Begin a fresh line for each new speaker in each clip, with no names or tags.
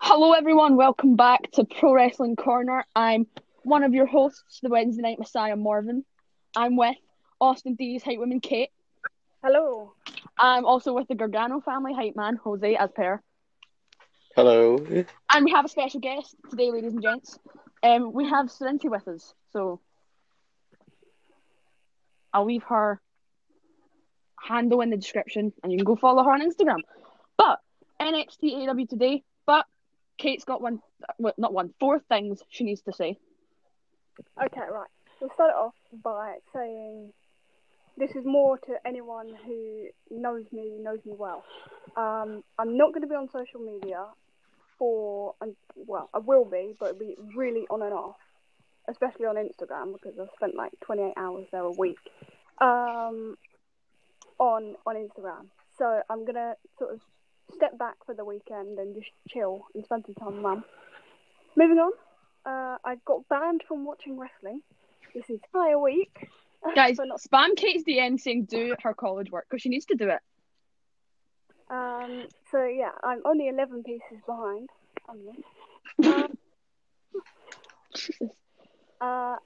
Hello, everyone. Welcome back to Pro Wrestling Corner. I'm one of your hosts, the Wednesday Night Messiah, Morven. I'm with Austin D's Hype Woman, Kate.
Hello.
I'm also with the Gargano family Hype Man, Jose, as per.
Hello.
And we have a special guest today, ladies and gents. Um, we have Serenity with us, so I'll leave her handle in the description, and you can go follow her on Instagram. But NXT AW today, but Kate's got one, well, not one, four things she needs to say.
Okay, right. We'll start it off by saying this is more to anyone who knows me, knows me well. Um, I'm not going to be on social media for, um, well, I will be, but it'll be really on and off, especially on Instagram because I've spent like 28 hours there a week um, on on Instagram. So I'm going to sort of step back for the weekend and just chill and spend some time with mum. Moving on, uh, I got banned from watching wrestling this entire week.
Guys,
For not-
spam Kate's DM saying do her college work because she needs to do it.
Um, so yeah, I'm only 11 pieces behind. on you. Um, uh,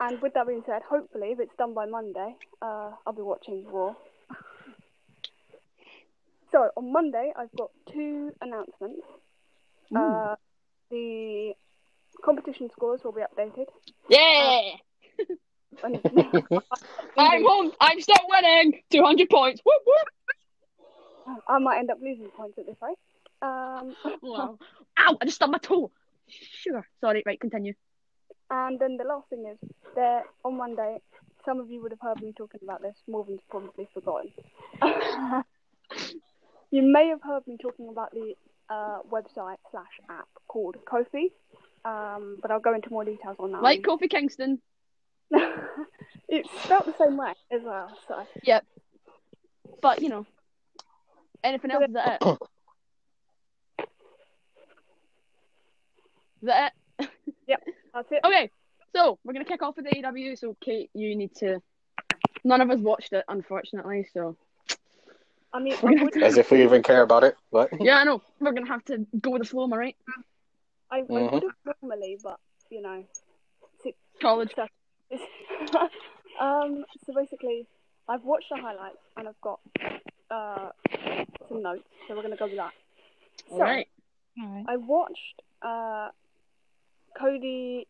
and with that being said, hopefully, if it's done by Monday, uh, I'll be watching Raw. so on Monday, I've got two announcements. Uh, the competition scores will be updated.
Yeah,
And-
I'm home. I'm still winning. Two hundred points. Whoop whoop.
I might end up losing points at this rate. Um,
Wow. Ow! I just stubbed my toe. Sure. Sorry. Right. Continue.
And then the last thing is that on Monday, some of you would have heard me talking about this. Morven's probably forgotten. you may have heard me talking about the uh, website slash app called Kofi, um, but I'll go into more details on that.
Like Kofi Kingston.
it's spelled the same way as well. So
But you know, anything else? Is that it? Is that it?
that's it.
Okay. So we're gonna kick off with the AW. So Kate, you need to. None of us watched it, unfortunately. So
I mean,
We're gonna
I would-
As if we even care about it. But
yeah, I know we're gonna have to go with the flow, am I right?
I would
Mhm.
have normally, but you know,
College.
um, so basically, I've watched the highlights and I've got uh, some notes, so we're going to go with that. So,
All right.
I watched uh, Cody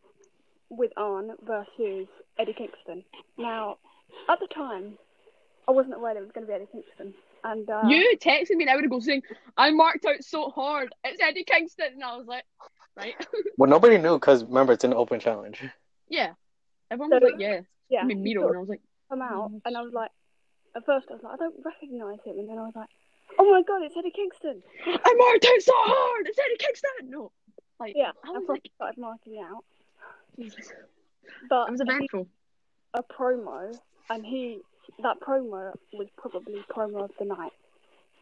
with Arn versus Eddie Kingston. Now, at the time, I wasn't aware it was going to be Eddie Kingston. And uh,
You texted me an hour ago saying I marked out so hard. It's Eddie Kingston, and I was like, right,
well, nobody knew because remember it's an open challenge.
yeah. Everyone was like, yeah.
yeah,
I mean,
he
Miro,
sort
and I was like,
come
Oh
out, and I was like, at first I was like, I don't recognise him, and then I was like, oh my god, it's Eddie Kingston.
I marked out so hard. It's Eddie Kingston. No, like,
Yeah,
I
I,
was
probably
like,
started marking out,
Jesus.
but
I was eventful.
a promo, and he that promo was probably promo of the night.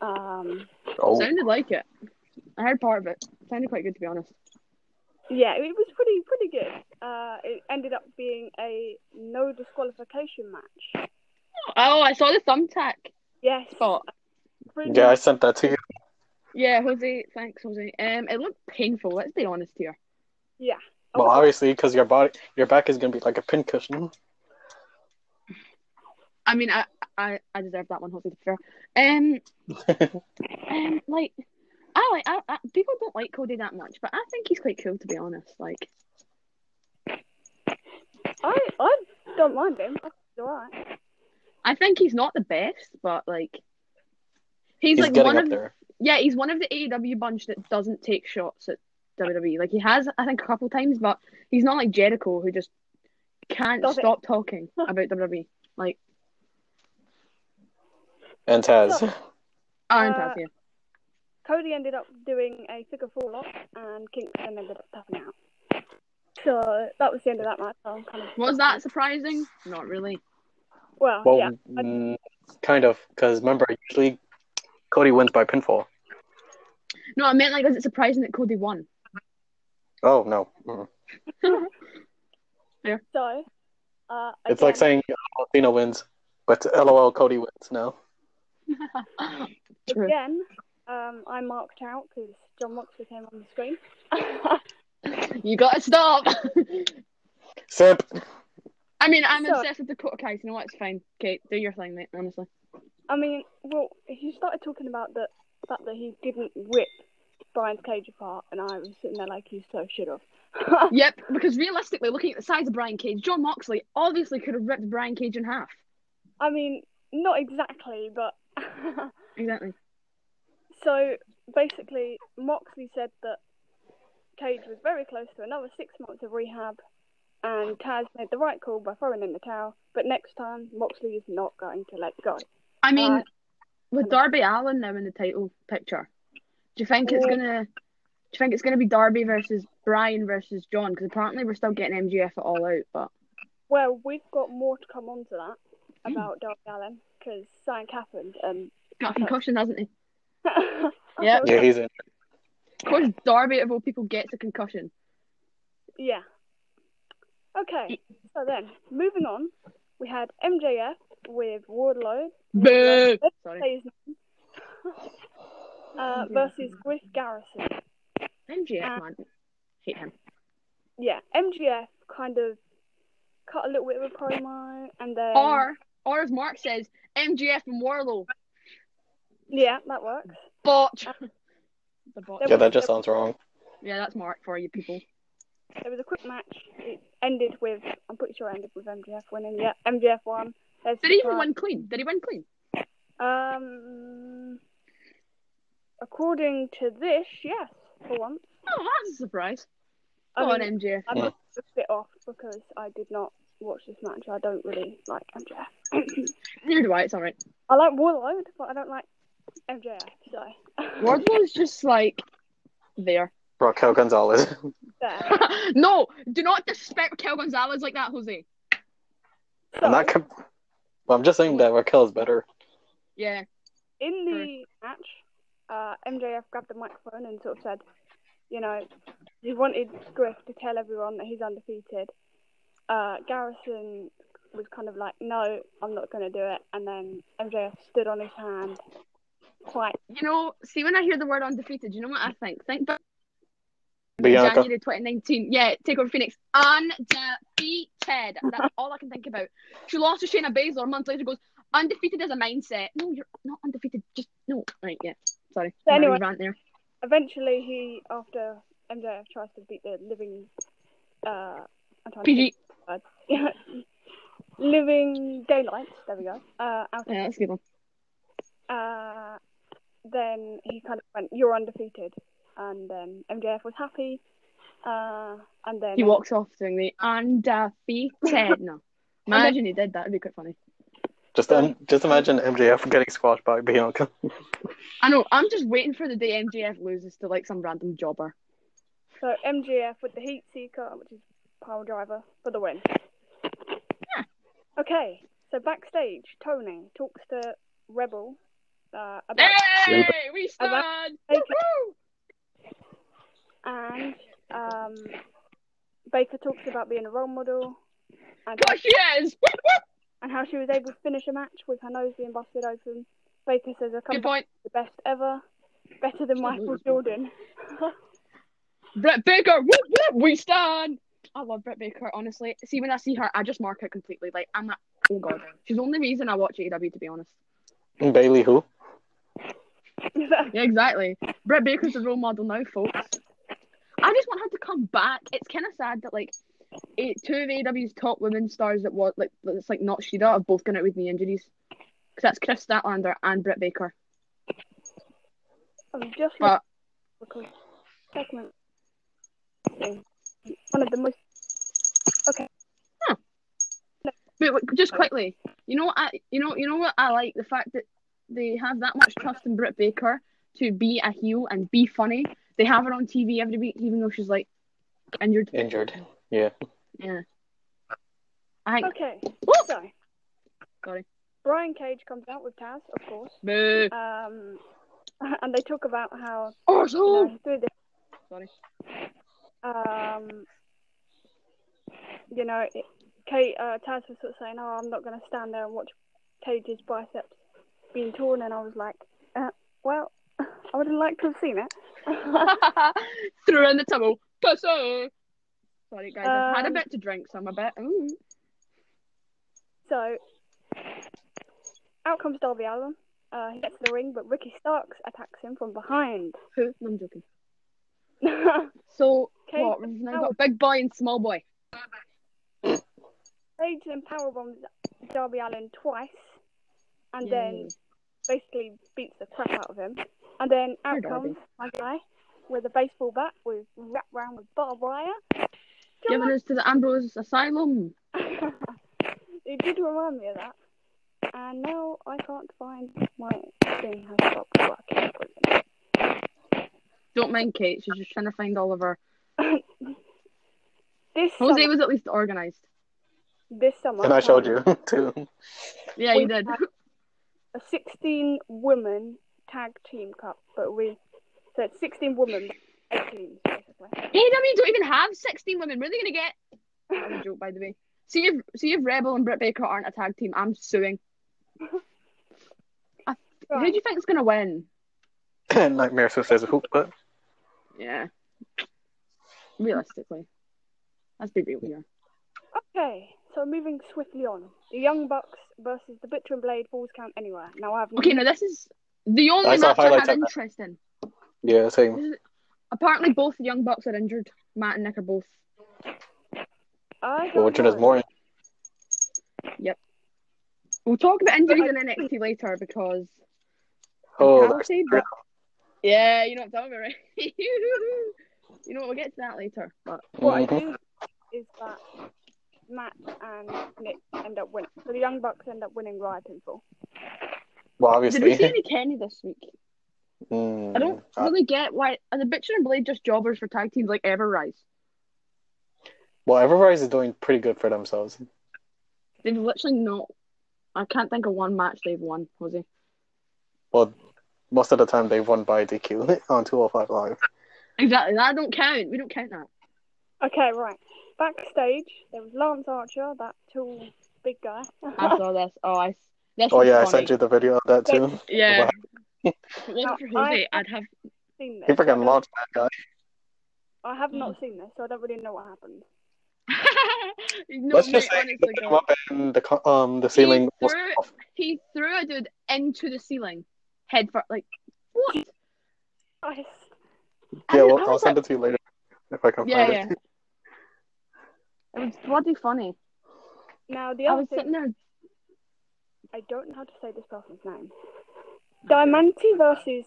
Um,
Oh,
Sounded like it. I heard part of it. Sounded quite good, to be honest.
yeah, it was pretty pretty good. Uh, it ended up being a no disqualification match.
Oh, I saw the thumbtack
Yes,
spot.
pretty
yeah, I sent that to you.
Yeah, Jose. Thanks, Jose. Um, it looked painful. Let's be honest here.
yeah. I
Well,
was-
obviously, because your body, your back is gonna be like a pincushion.
I mean, I, I, I deserve that one, Jose. To be fair. Um, um, like, I like. I, I, people don't like Cody that much, but I think he's quite cool, to be honest. Like,
I I don't mind him. I think he's alright.
I think he's not the best, but like, he's,
He's
like
getting
one
up
of
there.
yeah, he's one of the AEW bunch that doesn't take shots at WWE. Like he has, I think, a couple times, but he's not like Jericho who just can't
Does it.
stop talking about E. WWE. Like
And Taz.
Iron
Uh,
Taz, yeah.
Cody ended up doing a figure four lock, and Kingston ended up tapping out. So that was the end of that match. so I'm kind of
Was that surprising? Not really.
well?
Well,
yeah, I-
mm, kind of. Because remember, usually Cody wins by pinfall.
No, I meant like, was it surprising that Cody won?
Oh no, Mm.
so. Uh,
it's like
again-
saying uh, Cena wins, but LOL Cody wins. No,
True.
again, Um, I marked out because John Moxley came on the screen.
you gotta stop.
Simp.
I mean, I'm
So-
obsessed with Dakota Kai. so You know what? It's fine. Kate, do your thing, mate. Honestly.
I mean, well, he started talking about the fact that he didn't rip Brian's cage apart, and I was sitting there like, he so should have.
Yep. Because realistically, looking at the size of Brian Cage, John Moxley obviously could have ripped Brian Cage in half.
I mean, not exactly, but.
Exactly.
so basically, Moxley said that Cage was very close to another six months of rehab, and Taz made the right call by throwing in the towel, but next time, Moxley is not going to let go.
I mean,
Right.
with Darby Allen now in the title picture, do you think it's
Yeah.
gonna? Do you think it's gonna be Darby versus Brian versus John? Because apparently we're still getting MGF at all out, but
Well, we've got more to come on to that
Hmm.
about Darby Allen, because something happened, and.
got a concussion, hasn't he?
Yeah.
Yep.
Yeah, he's in.
Of course, Darby of all people gets a concussion.
Yeah. Okay, so then moving on, we had MJF with Wardlow
Boo! Sorry,
say his name, uh, versus Griff Garrison.
MGF man, hate him.
Yeah, MJF kind of cut a little bit of a promo, and then
Or, or as Mark says, MGF and Warlow
yeah, that works.
botch. the botch.
There
Yeah,
was-
that just sounds wrong.
Yeah, that's Mark for you people.
There was a quick match. It ended with I'm pretty sure it ended with MJF winning. Yeah, MJF won. There's
Did he even
surprise.
win clean? Did he win clean?
Um, according to this, yes, for once.
Oh, that's a surprise.
I
Go
mean,
on, MGF.
I'm
Yeah.
just a bit off because I did not watch this match. I don't really like MJF.
Neither do I. It's all right.
I like Warlord, but I don't like MJF. So
Wardlow's just like there.
Raquel Gonzalez.
there.
no, do not disrespect Kel Gonzalez like that, Jose.
I'm
So
not. Com- well, I'm just saying that Raquel is better.
Yeah.
in the match, uh, MJF grabbed the microphone and sort of said, you know, he wanted Griff to tell everyone that he's undefeated. Uh, Garrison was kind of like, no, I'm not going to do it. And then MJF stood on his hand, quite
You know, see, when I hear the word undefeated, you know what I think? Think back to
Bianca.
January 2019. Yeah, take over Phoenix. Undefeated. That's all I can think about. She lost to Shayna Baszler a month later, goes, undefeated as a mindset. No, you're not undefeated. Just, no. Right, yeah. Sorry.
So
Mary
anyway-
rant there.
eventually he after MJF tries to beat the living uh I'm trying to
PG.
think- living daylights, there we go. Uh out
Yeah, that's a good one.
uh then he kind of went, You're undefeated and then MJF was happy. Uh and then
He walks off doing the undefeated. No. Imagine he did that. It'd be quite funny.
Just, just imagine MJF getting squashed by Bianca.
I know. I'm just waiting for the day MJF loses to like some random jobber.
so MJF with the heat seeker, which is power driver, for the win. Okay. So backstage, Tony talks to Rebel uh, about
Hey, we
About-
stand.
Baker.
Woo-hoo!
and um, Baker talks about being a role model and,
Gosh, yes. Woo-hoo!
and how she was able to finish a match with her nose being busted open. Baker says, "I come
Good
back
point.
the best ever, better than Michael
lose, Michael.
Jordan."
Britt Baker. Whoop, whoop, we stand. I love Britt Baker. Honestly, see when I see her, I just mark her completely. Like I'm like, oh god, she's the only reason I watch AEW to be honest.
Bailey, who?
Yeah, exactly. Britt Baker's the role model now, folks. I just want her to come back. It's kind of sad that like eight, two of AEW's top women stars that was like that's like not Shida have both gone out with knee injuries. 'Cause that's Chris Statlander and Britt Baker.
I'm just
But
because segment one of the most
But w- just quickly, you know what I, you know, you know what I like the fact that they have that much trust in Britt Baker to be a heel and be funny. They have her on TV every week, even though she's like injured.
Injured. Yeah.
Yeah. I think.
okay.
Woo!
So,
Sorry.
Brian Cage comes out with Taz, of course,
Boo.
um, and they talk about how you
Arsehole!
know, through this.
Sorry.
um, you know, it, Kate uh, Taz was sort of saying, "Oh, I'm not going to stand there and watch Cage's biceps being torn," and I was like, uh, "Well, I would have liked to have seen it.
Threw her in the tunnel. Pussy. Sorry, guys. I've had a
Um,
bit to drink, so I'm a bit. Ooh.
So, out comes Darby Allen. Uh, he gets to the ring, but Ricky Starks attacks him from behind.
Who? No, I'm joking.
Cage
So,
Okay, Oh.
what? We've now
now-
got big boy and small boy.
then powerbombs Darby Allen twice, and
Yay.
then basically beats the crap out of him. And then out
Poor Darby.
comes my guy with a baseball bat with wrapped round with barbed wire. John
Giving us to the Ambrose Asylum.
it did remind me of that. And now I can't find my thing has stopped working.
Don't mind Kate. She's just trying to find Oliver.
This
Jose
summer,
was at least organized.
this summer,
And I showed you too.
Yeah,
We
you did.
have a 16 woman tag team cup, but we so it's 16 women, eight teams basically.
AEW don't even have 16 women. Where are they going to get? That
Um,
was a joke, by the way. See if, see if Rebel and Britt Baker aren't a tag team. I'm suing. Who do
Right.
you think's going to win?
Nightmare Swift as a hoop, but
Yeah. Realistically. Let's be real here.
Okay, so moving swiftly on, the Young Bucks versus the Butcher and Blade Falls Count Anywhere. Now I have
Okay, now this is the only
I saw
match I
highlights
had
of that.
interest in.
yeah, same.
Apparently, both the Young Bucks are injured. Matt and Nick are both.
I
But
don't
which one is
know.
more?
We'll talk about injuries in NXT later because.
Oh, there's
fatality, but- Yeah, you know what I'm talking about, right? you know what? We'll get to that later. But
What I
Mhm.
do is that Matt and Nick end up winning. So the Young Bucks end up winning Riot Pinfall.
did
well,
we see
obviously.
any Kenny this week?
Mm,
I don't
uh,
really get why are the Butcher and Blade just jobbers for tag teams like Ever Rise.
well, Everrise is doing pretty good for themselves.
They've literally not. I can't think of one match they've won, Jose.
Well, most of the time they've won by DQ on 205 Live.
Exactly. That don't count. We don't count that.
Okay, right. Backstage, there was Lance Archer, that tall big guy.
I saw this. Oh, I. This
Oh
was
yeah, I
funny.
sent you the video of that too.
Yeah. If it wasn't for
Uh, I-
Jose, I'd have.
seen this.
He
so I
freaking
don't-
launched that guy.
I have not seen this, so I don't really know what happened.
no,
Let's just
mate,
say
honestly,
he came
God.
up and the co- um the ceiling was
threw-
off.
he threw a dude into the ceiling, head for like what?
I
I
Yeah,
mean,
well,
how
I'll
is that-
send it to you later if I can
Yeah,
find
yeah.
it.
It was bloody funny.
Now the
I
other
was
thing,
sitting there.
I don't know how to say this person's name. Diamante versus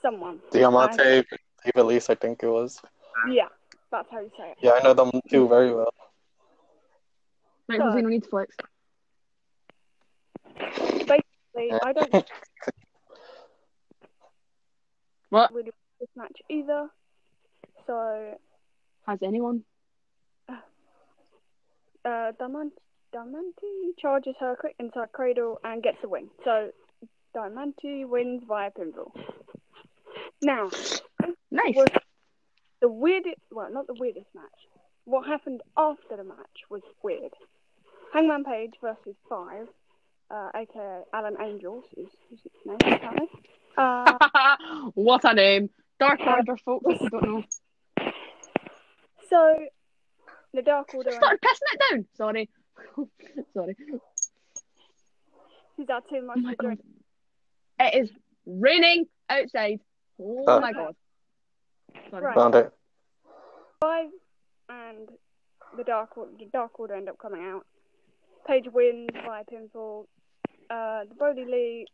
someone.
Diamante, Dave Elise, I think it was.
Yeah, that's how you say it.
Yeah, I know them two very well.
Right,
So-
Jose, no need to flex.
They- I don't know
What
really like this match either. So
has anyone?
uh, Diamante, Diamante charges her quick inside cradle and gets the win. So Diamante wins via pinfall. Now
Nice.
was the weirdest, well, not the weirdest match. What happened after the match was weird. Hangman Page versus Five, uh, aka Alan Angels, is, is his name apparently. Uh,
what a name. Dark Order, folks. If you don't know,
so the Dark Order, and
started pissing it down. Sorry. Sorry.
is that too much
Oh my
to drink?
god. It is raining outside. Oh
Uh,
my god. Sorry.
Right.
Found it.
Five and the Dark Order, the Dark Order end up coming out. Page wins by pinfall. Uh, the Brody Lee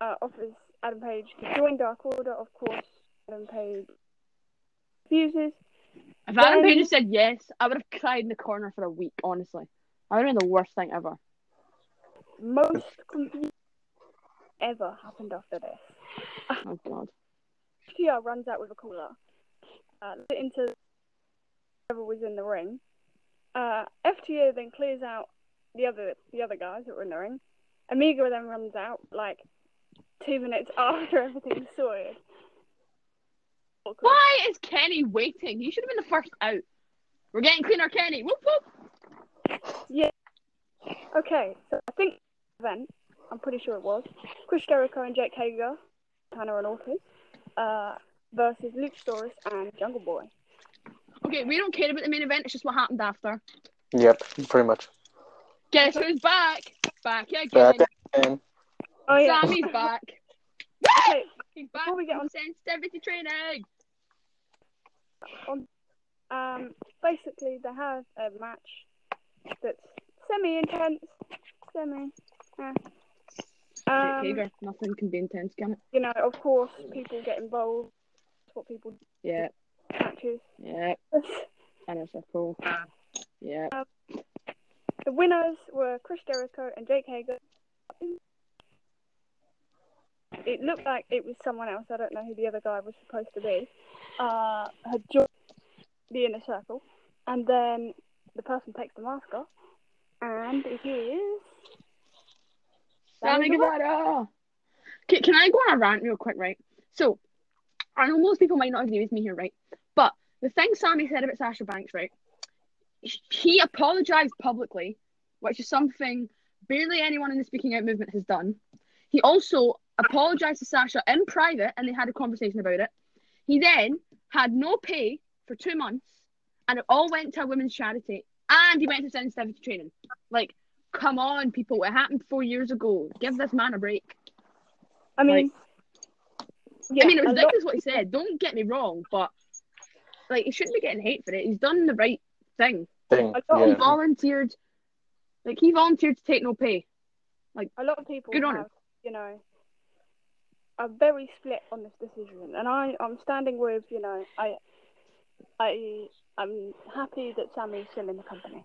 uh, offers Adam Page to join Dark Order. Of course, Adam Page refuses.
If Adam
Then-
Page had said yes, I would have cried in the corner for a week, honestly. I would have been the worst thing ever.
Most confusion ever happened after this.
Oh god.
FTR runs out with a caller. Uh, into whoever was in the ring. Uh, FTO then clears out the other the other guys that were in the ring. Amigo then runs out like two minutes after everything's sorted. Awkward.
Why is Kenny waiting? He should have been the first out. We're getting cleaner, Kenny. Whoop whoop.
Okay, so I think then I'm pretty sure it was Chris Jericho and Jake Hager Tanner and Ortiz uh, versus Luchasaurus and Jungle Boy.
Okay, we don't care about the main event. It's just what happened after.
Yep, pretty much.
Guess who's back? Back again.
Back And
Oh yeah.
Sammy's back.
Okay,
He's back
Before Oh, we get
from
on-
sensitivity training.
um, basically they have a match that's semi-intense, semi. eh.
Jake
Um,
Hager. Nothing can be intense, can it?
you know, of course, people get involved. That's what people do
Yeah,
in matches.
yeah. And it's a cool.
uh,
Yeah.
the winners were Chris Jericho and Jake Hager. It looked like it was someone else. I don't know who the other guy was supposed to be. Uh, had joined the inner circle, and then the person takes the mask off, and it is
Sammy
Sammy Guevara.
Guevara. Can, can I go on a rant real quick, right? So, I know most people might not agree with me here, right? But the thing Sammy said about Sasha Banks, right? He apologized publicly, which is something barely anyone in the speaking out movement has done. He also apologized to Sasha in private, and they had a conversation about it. He then had no pay for two months, and it all went to a women's charity, and he went to sensitivity training. Like, come on, people. It happened four years ago. Give this man a break.
I mean, yeah,
I mean, it
a
was
lot-
ridiculous what he said. Don't get me wrong, but like, he shouldn't be getting hate for it. He's done the right thing.
thing.
I got
He
Yeah.
volunteered, like, he volunteered to take no pay.
a lot of people
Good on
have,
him.
you know, are very split on this decision, and I, I'm standing with, you know, I, I, I'm happy that Sammy's still in the company.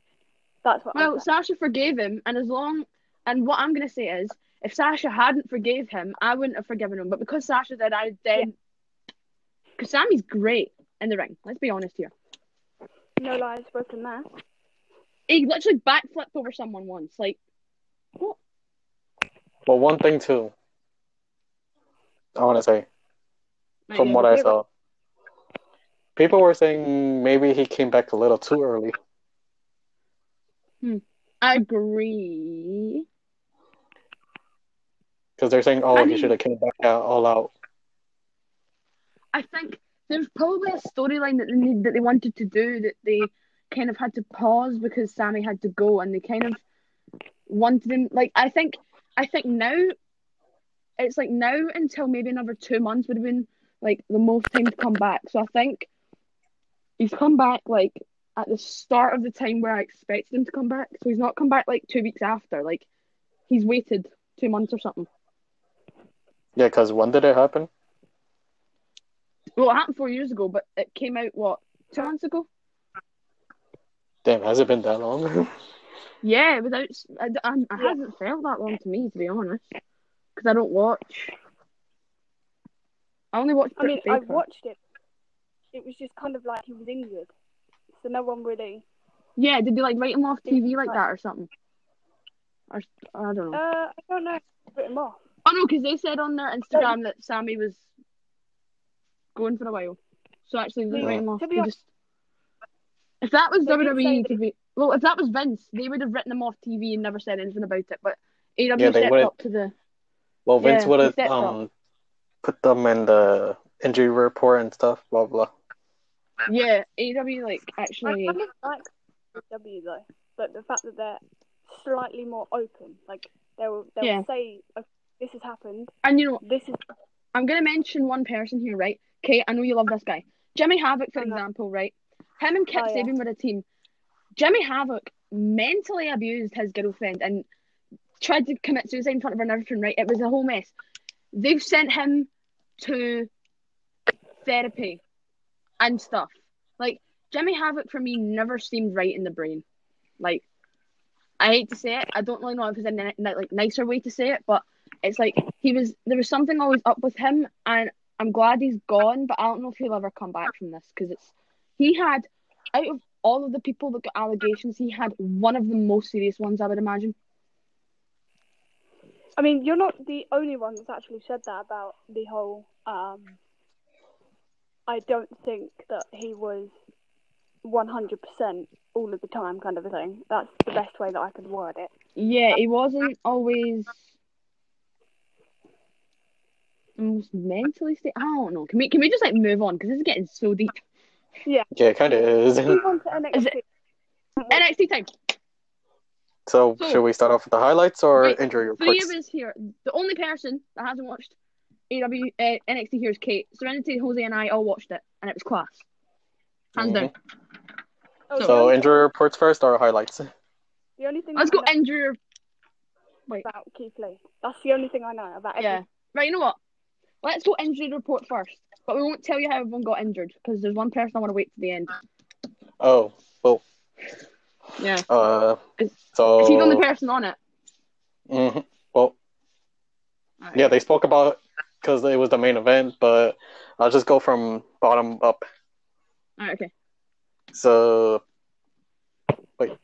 That's what.
Well,
I'm
Sasha forgave him, and as long, and what I'm gonna say is, if Sasha hadn't forgave him, I wouldn't have forgiven him. But because Sasha did, I then, because Sammy's great in the ring. Let's be honest here.
no lies broken there.
He literally backflipped over someone once. Like,
Well, one thing too. I want to say from what I saw, people were saying maybe he came back a little too early.
I agree.
Because they're saying, oh,
I
he
mean-
should have came back out all out.
I think there's probably a storyline that they need that they wanted to do that they kind of had to pause because Sammy had to go and they kind of wanted him like I think I think now it's like now until maybe another two months would have been like the most time to come back. So I think he's come back like at the start of the time where I expected him to come back. So he's not come back like two weeks after. Like he's waited two months or something.
Yeah, because when did it happen?
Well, it happened four years ago, but it came out what two months ago.
Damn, has it been that long?
Yeah, without I, I, I
Yeah.
hasn't felt that long to me to be honest, because I don't watch. I only watch.
I mean,
Brit
I
Baker.
watched it. It was just kind of like he was injured, so no one really.
Yeah, did they like write him off TV like that or something? Or I don't
Uh,
know.
I don't know. Put him off.
oh no, because they said on their Instagram that Sammy was going for a while, so actually they didn't write him off.
To be
They
honest-
just if that was
They did say
WWE,
that
to be, well, if that was Vince, they would have written him off TV and never said anything about it. But AW
Yeah, they
stepped
would've-
up to the
Well, Vince
Yeah,
would
he said
have um, put them in the injury report and stuff, blah, blah.
yeah AW like
I
actually.
kind of like W though, but the fact that they're slightly more open, like they will they
Yeah.
will say, "Oh, "This has happened.
And you know,
This is
I'm going to mention one person here, right? Kate, I know you love this guy. Jimmy Havoc, for
Uh-huh.
example, right? Him and Kip
Oh, yeah.
Sabian were a team. Jimmy Havoc mentally abused his girlfriend and tried to commit suicide in front of her and everything, right? It was a whole mess. They've sent him to therapy and stuff. Like, Jimmy Havoc for me never seemed right in the brain. Like, I hate to say it. I don't really know if there's a ni- ni- like nicer way to say it, but it's like he was there was something always up with him, and I'm glad he's gone. But I don't know if he'll ever come back from this because it's he had out of all of the people that got allegations, he had one of the most serious ones I would imagine.
I mean, you're not the only one that's actually said that about the whole. Um, I don't think that he was 100% all of the time, kind of a thing. That's the best way that I could word it.
Yeah, he wasn't always most mentally state. I don't know. Can we can we just like move on because this is getting so deep.
Yeah, it kind of is.
Move on to NXT.
Is it- NXT time.
so,
So-
should we start off with the highlights or
Right,
injury
Three
reports?
of us here. The only person that hasn't watched AW uh, NXT here is Kate. Serenity, Jose, and I all watched it, and it was class. Hands down.
Oh,
So-
the
So,
only-
injury reports first or highlights?
The only thing
Let's
I
go
know
injury.
about Keith Lee. That's the only thing I know about.
Yeah. Right. You know what? Let's go injury report first, but we won't tell you how everyone got injured because there's one person I want to wait to the end.
Oh, well,
Yeah.
uh,
Is-
so.
Is he the only person on it?
Mhm. Well, yeah, they spoke about because it was the main event, but I'll just go from bottom up.
All right. Okay.
So, wait,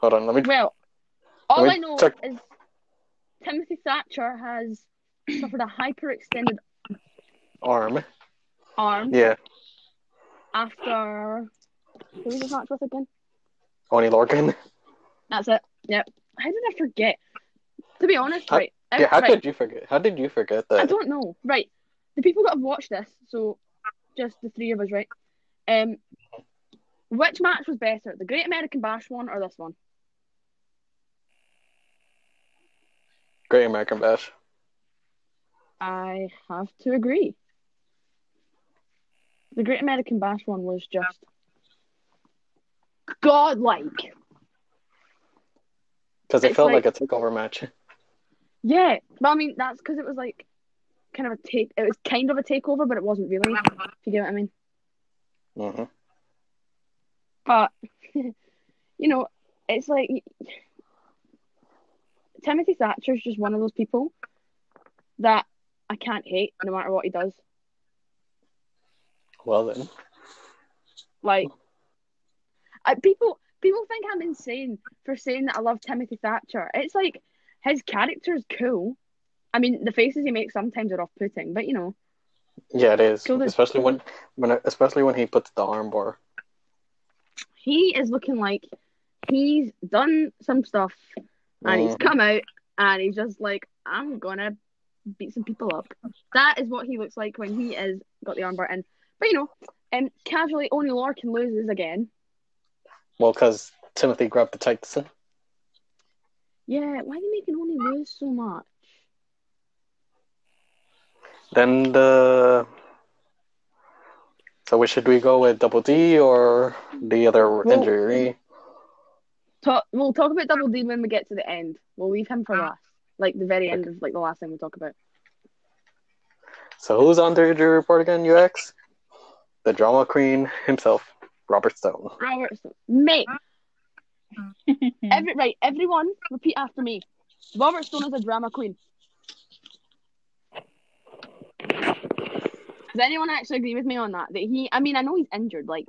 hold on. Let me.
Well, all
Let
I
me
know
check.
is Timothy Thatcher has suffered a hyperextended
Arm.
arm
Yeah,
after who was his match with again?
Oni Lorcan.
That's it. Yep. How did I forget? To be honest,
How-
right? I-
Yeah, how
right,
did you forget? How did you forget
I
that?
don't know. Right. The people that have watched this, so just the three of us, right? Um, which match was better, the Great American Bash one or this one?
Great American Bash.
I have to agree. The Great American Bash one was just godlike.
Because it
It's
felt like,
like-
a takeover match.
Yeah, but I mean that's because it was like kind of a take. It was kind of a takeover, but it wasn't really. If you get what I mean.
hmm
But you know, it's like Timothy Thatcher's just one of those people that I can't hate no matter what he does.
Well then,
Like I, people people think I'm insane for saying that I love Timothy Thatcher. It's like his character's cool. I mean, the faces he makes sometimes are off-putting, but you know,
yeah, it is.
So the-
especially when, when, especially when he puts the armbar.
he is looking like he's done some stuff and Ah,
Mm.
he's come out and he's just like, I'm gonna beat some people up. That is what he looks like when he is got the armbar in. But you know, um, casually Oni Lorcan loses again.
Well, because Timothy grabbed the tights.
Yeah, why are they making Oni lose so much?
Then the. So, we should we go with Double D or the other injury?
Talk, we'll talk about Double D when we get to the end. We'll leave him for last, like the very end of like the last thing we talk about.
So, who's on the injury report again, UX? The drama queen himself, Robert Stone.
Robertson, mate, every right, everyone, repeat after me. Robert Stone is a drama queen. Does anyone actually agree with me on that? That he, I mean, I know he's injured, like,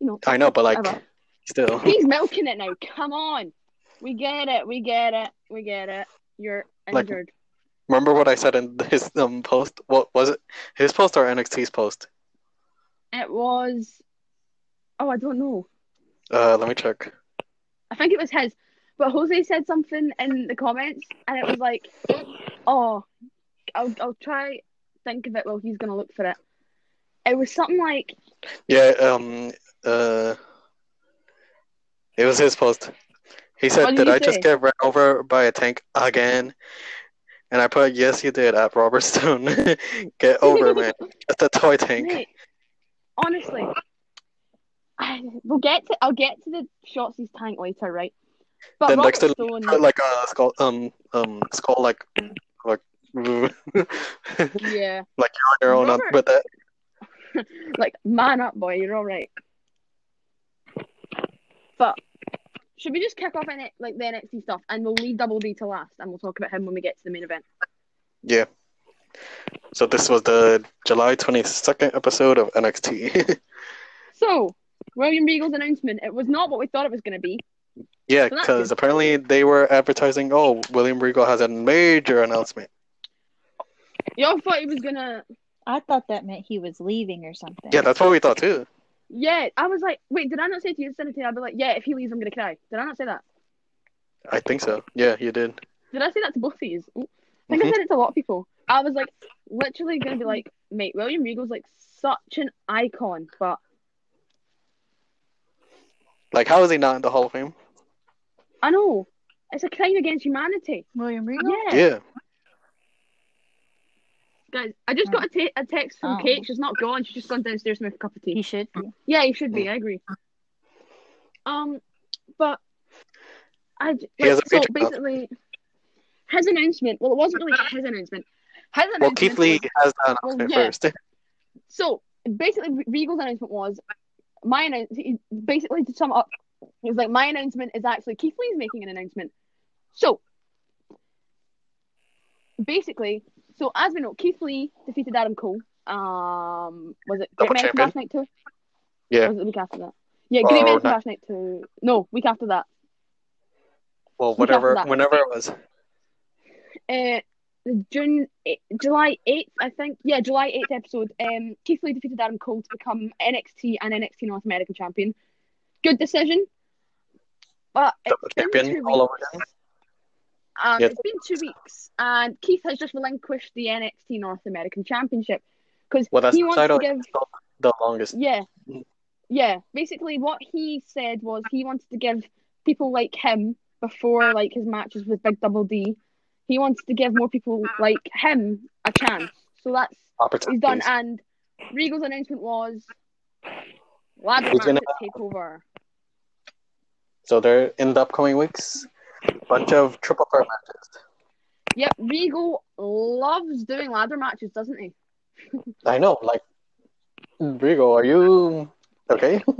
you know,
I know, but like,
Okay.
still.
he's milking it now. Come on, we get it, we get it, we get it. You're
Like-
injured.
Remember what I said in his um, post? What was it? His post or NXT's post?
it was, oh, I don't know.
Uh, let me check.
I think it was his, but Jose said something in the comments, and it was like, "Oh, I'll I'll try think of it while he's gonna look for it." It was something like,
Yeah, um, uh, it was his post. He said,
What did
"Did
he
I just
say?
get ran over by a tank again?" And I put, "Yes, you did." At Robert Stone, get over, man. Just a toy tank.
"Mate, honestly, I, we'll get to I'll get to the shots he's tank later, right?" But
Then
Robert
next to-
Stone,
Put, Like a skull, um, um, skull, like, like, on
yeah,
your own
Robert-
with that.
like man up, boy, you're all right. But should we just kick off in it like the NXT stuff, and we'll leave Double D to last, and we'll talk about him when we get to the main event.
Yeah. So this was the July twenty second episode of NXT.
So, William Regal's announcement, it was not what we thought it was going to be.
yeah,
So that's
because
good.
apparently they were advertising. Oh, William Regal has a major announcement.
Y'all thought he was going to.
I thought that meant he was leaving or something.
Yeah, that's what we thought too.
Yeah, I was like, wait, did I not say to you, Sanity? I'd be like, yeah, if he leaves, I'm going to cry. Did I not say that?
I think so. Yeah, you did.
Did I say that to both of you? I think I said it to a lot of people. I was like, literally gonna be like, mate, William Regal's like such an icon, but
Like, how is he not in the Hall of Fame?
I know it's a crime against humanity.
William Regal.
Yeah,
Yeah.
guys, I just got a, ta- a text from
Oh.
Kate. She's not gone. She's just gone downstairs to make a cup of tea.
He should be.
Yeah, he should be.
Mm.
I agree. Um, but I j-
He has a
like, so
Patreon.
basically his announcement. Well, it wasn't really his announcement. His announcement.
Well, Keith Lee
was-
has that announcement
Well, yeah.
first.
so basically, Re- Regal's announcement was my announcement. Basically, to sum up, it was like my announcement is actually Keith Lee's making an announcement. So basically, so as we know, Keith Lee defeated Adam Cole. Um, was it Great
Double
American
champion.
Bash Night Two?
Yeah.
Or was it the week after that? Yeah,
Or-
Great
or
American
not-
Bash Night Two. No, week after that.
Well, whatever,
that.
whenever it was.
uh, June, eh, July eighth, I think. Yeah, July eighth episode. Um, Keith Lee defeated Adam Cole to become NXT and NXT North American champion. Good decision, but it's
Double
been
champion
two
all over
weeks. Um,
Yes.
It's been two weeks, and Keith has just relinquished the NXT North American Championship because
Well, that's
he
the
wants
title.
to give
The longest.
yeah.
Mhm.
Yeah. Basically what he said was he wanted to give people like him before like his matches with Big Double D, he wants to give more people like him a chance. So that's what he's
opportunities.
done and Regal's announcement was ladder
He's
match
gonna-
at takeover.
So there, in the upcoming weeks, bunch of triple threat matches.
Yep, Regal loves doing ladder matches, doesn't he?
I know, like, Rigo, are you okay?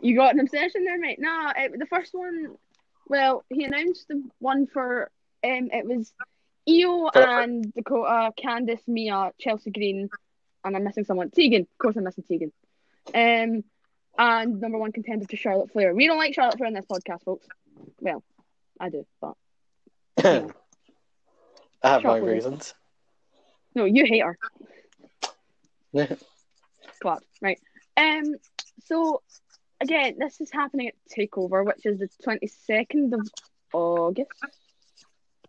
You got an obsession there, mate. No, it, the first one. Well, he announced the one for um, it was Io
For-
and Dakota, Candice, Mia, Chelsea Green, and I'm missing someone. Tegan, of course, I'm missing Tegan. Um, and number one contender to Charlotte Flair. We don't like Charlotte Flair in this podcast, folks. Well, I do, but
I have my
Shockingly.
reasons.
no, you hate her. Clap, right? Um, so again, this is happening at Takeover, which is the 22nd of August.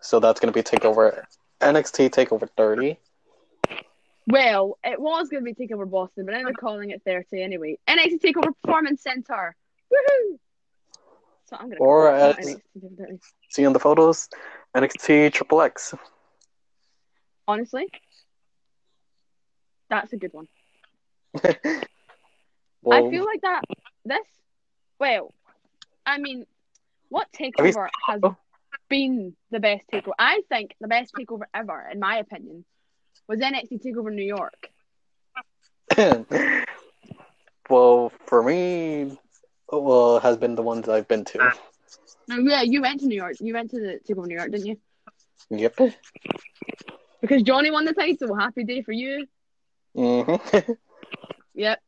So that's going to be Takeover NXT Takeover 30.
Well, it was going to be Takeover Boston, but now they're calling it 30 anyway. NXT Takeover Performance Center. Woohoo! So I'm going to
Or
call it
as-
NXT Takeover 30.
See in the photos, NXT Triple X.
honestly, that's a good one.
Well,
I feel like that this well, I mean, what
Have you-
takeover has been the best takeover? I think the best takeover ever, in my opinion, was NXT Takeover New York.
well, for me, well, has been the ones I've been to.
Now, yeah, you went to New York. You went to the Takeover New York, didn't you?
Yep.
Because Johnny won the title. Happy day for you.
Mm-hmm.
Yep.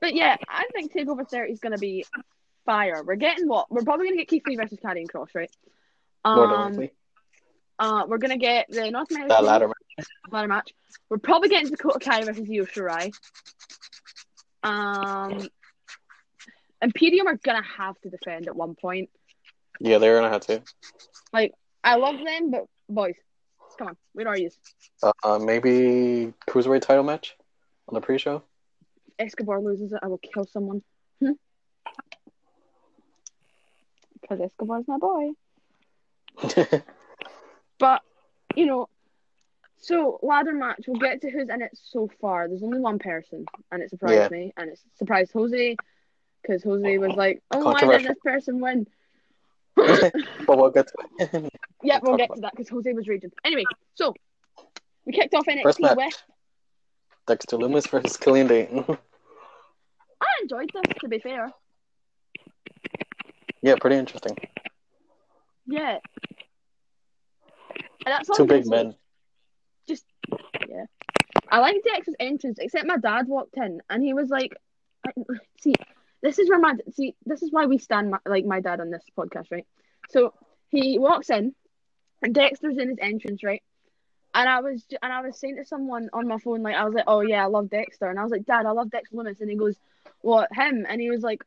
But yeah, I think Takeover 30 is going to be fire. We're getting what? We're probably going to get Keith Lee versus Karrion Cross, right?
More than
Um,
likely.
uh, we're going to get the North American
That ladder match.
ladder match. We're probably getting Dakota Kai versus Io Shirai. Um, Imperium are going to have to defend at one point.
Yeah, they're going to have
I love them, but boys, come on, where are you?
to. Uh, maybe Cruiserweight title match on the pre show?
Escobar loses it, I will kill someone. Hmm? Because Escobar's my boy. But you know, so ladder match. We'll get to who's in it so far. There's only one person, and it surprised
Yeah.
me, and it surprised Jose, because Jose was like, "Oh, why did
Controversial.
this person win?"
but we'll get to it.
Yeah, we'll
Talk
get
about
to that because Jose was raging. Anyway, so we kicked off
First
NXT
match.
West.
Dexter Loomis versus Killian Dayton.
I enjoyed this, to be fair.
yeah, pretty interesting.
Yeah. And that's all
Two
I'm gonna
big
say.
men.
I liked Dexter's entrance, except my dad walked in and he was like, I- "See, this is where my see, this is why we stand my, like my dad on this podcast, right?" So he walks in, and Dexter's in his entrance, right? And I was j- and I was saying to someone on my phone, like I was like, "Oh yeah, I love Dexter," and I was like, "Dad, I love Dexter Loomis," and he goes, "What him?" And he was like,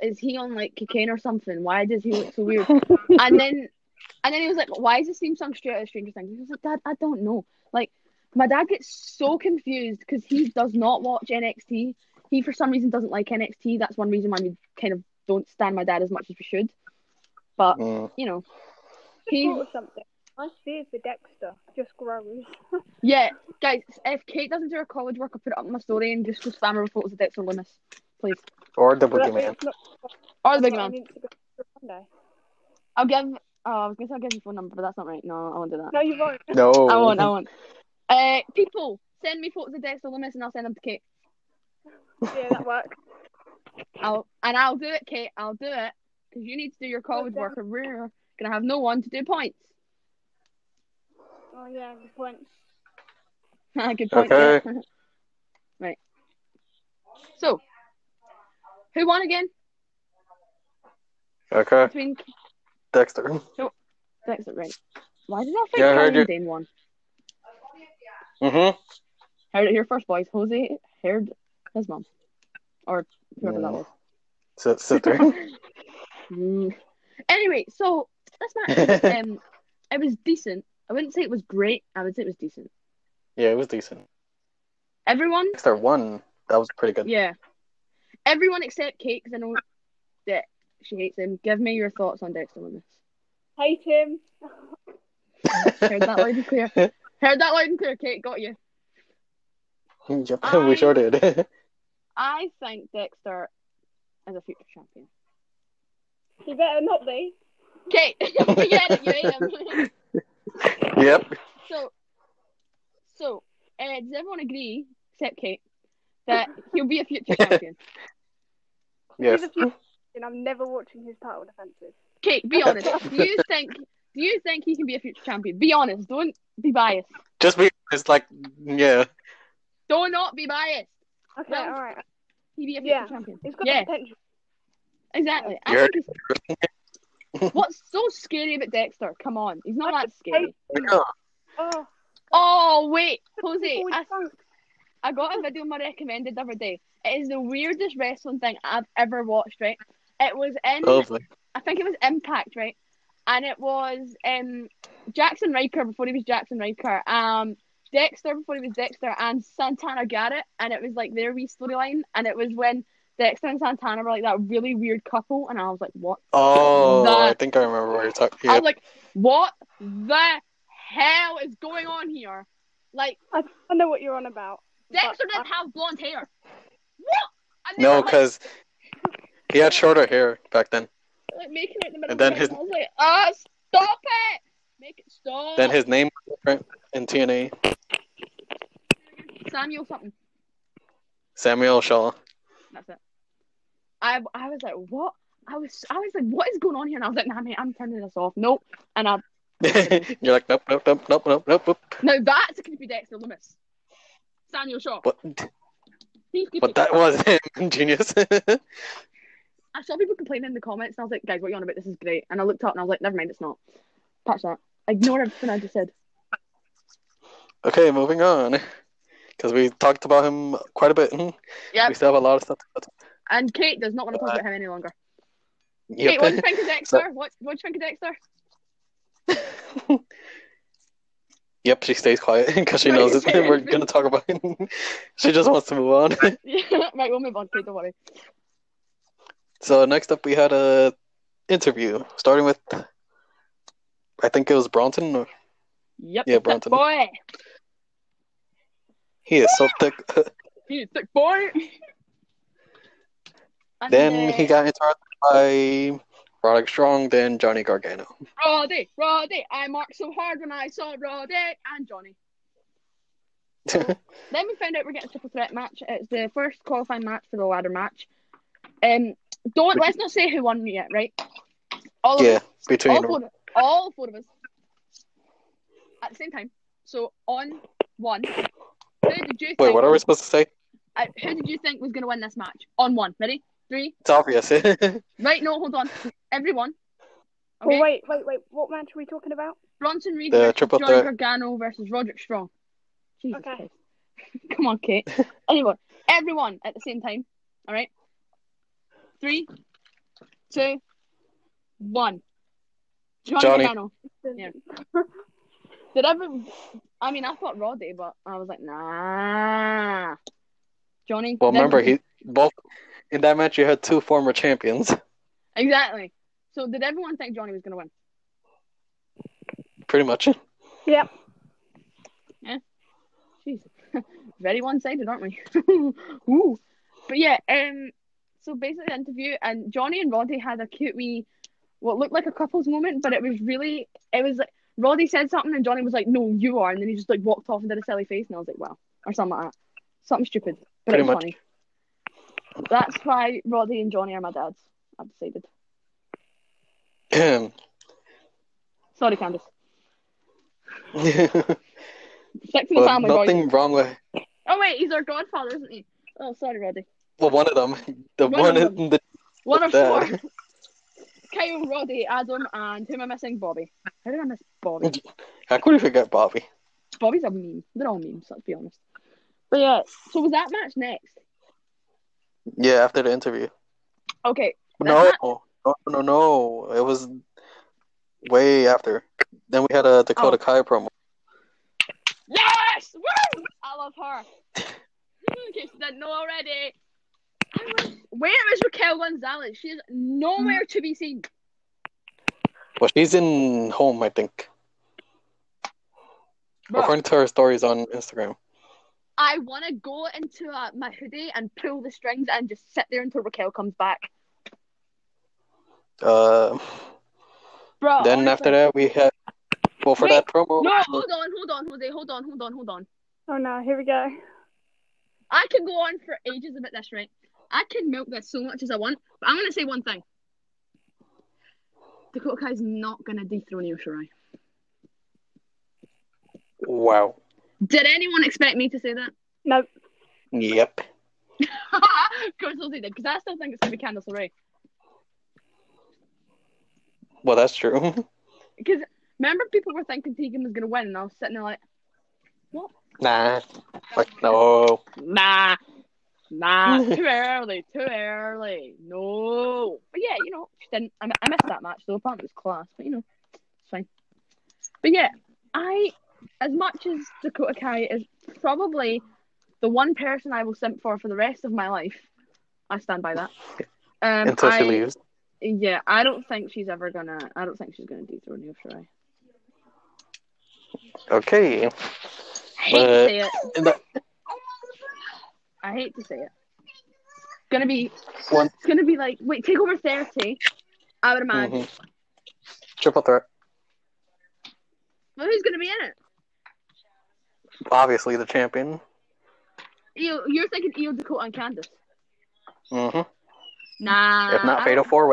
"Is he on like cocaine or something? Why does he look so weird?" and then And then he was like, "Why is this theme song straight out of Stranger Things?" He was like, "Dad, I don't know." Like, my dad gets so confused because he does not watch NXT. He for some reason doesn't like NXT. That's one reason why we kind of don't stand my dad as much as we should. But
Mm.
you know,
He
he
thought of something. My fear for Dexter just grows.
yeah, guys. If Kate doesn't do her college work, I'll put it up on my story and just go spam her with photos of Dexter Loomis, please,
Or the
Well, that's-
boogeyman.
it's not-
or the
it's
big
not
man.
on Instagram for Monday.
I'll give. Oh, I was gonna say I'll give you phone number, but that's not right. No, I won't do that.
No, you won't.
No.
I won't. I won't. Uh, people, send me photos of Dexter Loomis, and I'll send them to Kate.
Yeah, that works.
I'll and I'll do it, Kate. I'll do it because you need to do your college
damn.
work, or we're gonna have no one to do points.
Oh yeah, good point.
Good point.
Okay.
yeah. right. So, who won again
Okay,
between
Dexter.
Dexter? Right. Why did I think
Yeah, I
yeah,
heard
Carly
you-
and Dane won?
Mm-hmm.
Heard it here first, boys. Jose heard his mum, or whoever that
Mm.
was.
S- sister.
Mm. Anyway, so this match, um, it was decent. I wouldn't say it was great. I would say it was decent.
yeah, it was decent.
Everyone,
Dexter won. That was pretty good.
yeah, everyone except Kate, because I know that she hates him. Give me your thoughts on Dexter Loomis.
Hate him.
Heard that loud and clear. Heard that loud and clear. Kate got you.
Yep,
I-
we sure did.
I think Dexter is a future champion.
He better not be.
Kate, you get it. You hate him.
yep.
so, so uh, does everyone agree except Kate that he'll be a future champion?
Yes.
He's a few- and I'm never watching his title defenses.
Kate, be honest. Do you think do you think he can be a future champion? Be honest. Don't be biased.
Just be it's like yeah.
Do not be biased.
Okay,
Well,
all right.
He be a future
Yeah.
champion.
He's got
yeah,
the potential.
exactly. I
You're-
think he's- What's so scary about Dexter? Come on, he's not that scary.
Oh,
Oh wait, Jose,
people with
I,
funk.
I got a video my recommended the other day. It is the weirdest wrestling thing I've ever watched. Right? It was in
Oh boy.
I think it was Impact, right? And it was um, Jackson Riker before he was Jackson Riker, um, Dexter before he was Dexter, and Santana Garrett. And it was like their wee storyline. And it was when Dexter and Santana were like that really weird couple. And I was like, what?
Oh I
That-
think I remember what you're talking
I
yeah.
was like, what the hell is going on here? Like,
I, I know what you're on about.
Dexter
but
doesn't have blonde hair. What? And they
No,
were, like,
because he had shorter hair back then.
like making it in the middle
And then
of the
his-
ring. I was like, ah, stop it! Make it stop.
Then his name was different in TNA.
Samuel something.
Samuel Shaw.
That's it. I I was like, what? I was I was like, what is going on here? And I was like, nah, mate, I'm turning this off. Nope. And I
you're like nope nope nope nope nope nope. nope.
now that's a creepy Dexter Loomis. Samuel Shaw.
What
He's creepy.
what that was genius.
I saw people complaining in the comments, and I was like, guys, what are you on about? This is great. And I looked up, and I was like, never mind, it's not. Patch that. Ignore everything I just said.
okay, moving on. Because we talked about him quite a bit.
Yep.
We still have a lot of stuff. To
And Kate does not want to
Uh,
talk about him any longer. Kate, what do you
yep.
think of Dexter? what what do you think of Dexter?
yep, she stays quiet because she
Right,
knows it.
fair
We're
enough.
gonna talk about it. she just wants to move on.
Yeah. right, we'll move on, Kate. Don't worry.
So next up, we had a interview starting with, I think it was Bronson. or-
Yep.
Yeah,
thick
Bronson.
Boy,
He is so thick.
he's a thick boy. And,
then he
uh,
got interrupted by Roderick Strong, then Johnny Gargano.
Roddy, Roddy, I marked so hard when I saw Roddy and Johnny. Then we found out we're getting a triple threat match. It's the first qualifying match for the ladder match. Um, don't let's not say who won yet, right? All of
yeah,
us, all
between
four, of- all four of us at the same time. So on one, who did you
wait,
think?
what are we supposed to say?
uh, who did you think was going to win this match? On one, ready? Three,
It's obvious.
right? No, hold on. Everyone.
Oh,
Okay.
wait, wait, wait. What match are we talking about?
Bronson Reed
The
versus
triple
Johnny
threat.
Gargano versus Roderick Strong. Jesus
Okay.
Christ. Come on, Kate. Anyone, everyone at the same time. All right. Three, two, one. Johnny,
Johnny.
Gargano. Yeah. Did ever? I mean, I thought Roddy, but I was like, nah. Johnny.
Well,
then-
remember he both in that match you had two former champions.
Exactly. So did everyone think Johnny was going to win?
Pretty much.
Jeez, very one-sided, aren't we? Ooh. But yeah, um, so basically the interview and Johnny and Roddy had a cute wee, what looked like a couples moment, but it was really, it was like Roddy said something and Johnny was like, "No, you are," and then he just like walked off and did a silly face, and I was like, "Wow," or something like that, something stupid, but
Pretty
it was
much.
funny. That's why Roddy and Johnny are my dads. I've decided. Sorry, Candice.
Well,
Stick to the family, boys.
nothing wrong with
Oh wait, he's our godfather, isn't he? Oh, sorry, Roddy.
well one of them. The
One
one,
of
in the
One of
What's that?
four. Kyle, Roddy, Adam, and who am I missing? Bobby. How did I miss Bobby?
I could forget Bobby.
Bobby's a meme. They're all memes, let's be honest. But yeah, so was that match next?
Yeah, after the interview.
Okay,
No, no, no, no. It was way after. Then we had a
Oh.
Dakota Kai promo.
Yes! Woo! I love her. In case you didn't know already. I was- Where is Raquel Gonzalez? She is nowhere to be seen.
Well, she's in home, I think.
Bro,
According to her stories on Instagram.
I want to go into uh, my hoodie and pull the strings and just sit there until Raquel comes back.
Uh,
Bro,
then after that, we had. Well, for
Oh, Wait,
that promo.
No, hold on, hold on, Jose, hold on, hold on, hold on.
Oh no, here we go.
I can go on for ages about this, right? I can milk this so much as I want, but I'm gonna say one thing. Dakota Kai's not gonna dethrone Io Shirai.
Wow.
Did anyone expect me to say that?
No,
Yep.
of course Jose did, because I still think it's gonna be Candice LeRae.
Well, that's true.
Because remember, people were thinking Tegan was gonna win, and I was sitting there like,
nah. Like, no.
nah, nah, too early, too early, no. But yeah, you know, she didn't. I, I missed that match though. Apparently, it was class, but you know, it's fine. But yeah, I, as much as Dakota Kai is probably the one person I will simp for for the rest of my life, I stand by that. Um,
Until
I,
she leaves.
Yeah, I don't think she's ever gonna. I don't think she's gonna dethrone Io Shirai.
Okay.
I hate to
But-
say it.
In that
I hate to say it. It's gonna be
one.
It's gonna be like wait, take over thirty. I would imagine.
mhm. Triple threat.
Well, who's gonna be in it?
Obviously, the champion.
You E you're thinking Eel Dakota and Candace.
hmm
Nah.
if not,
Uh, I-
fatal four way.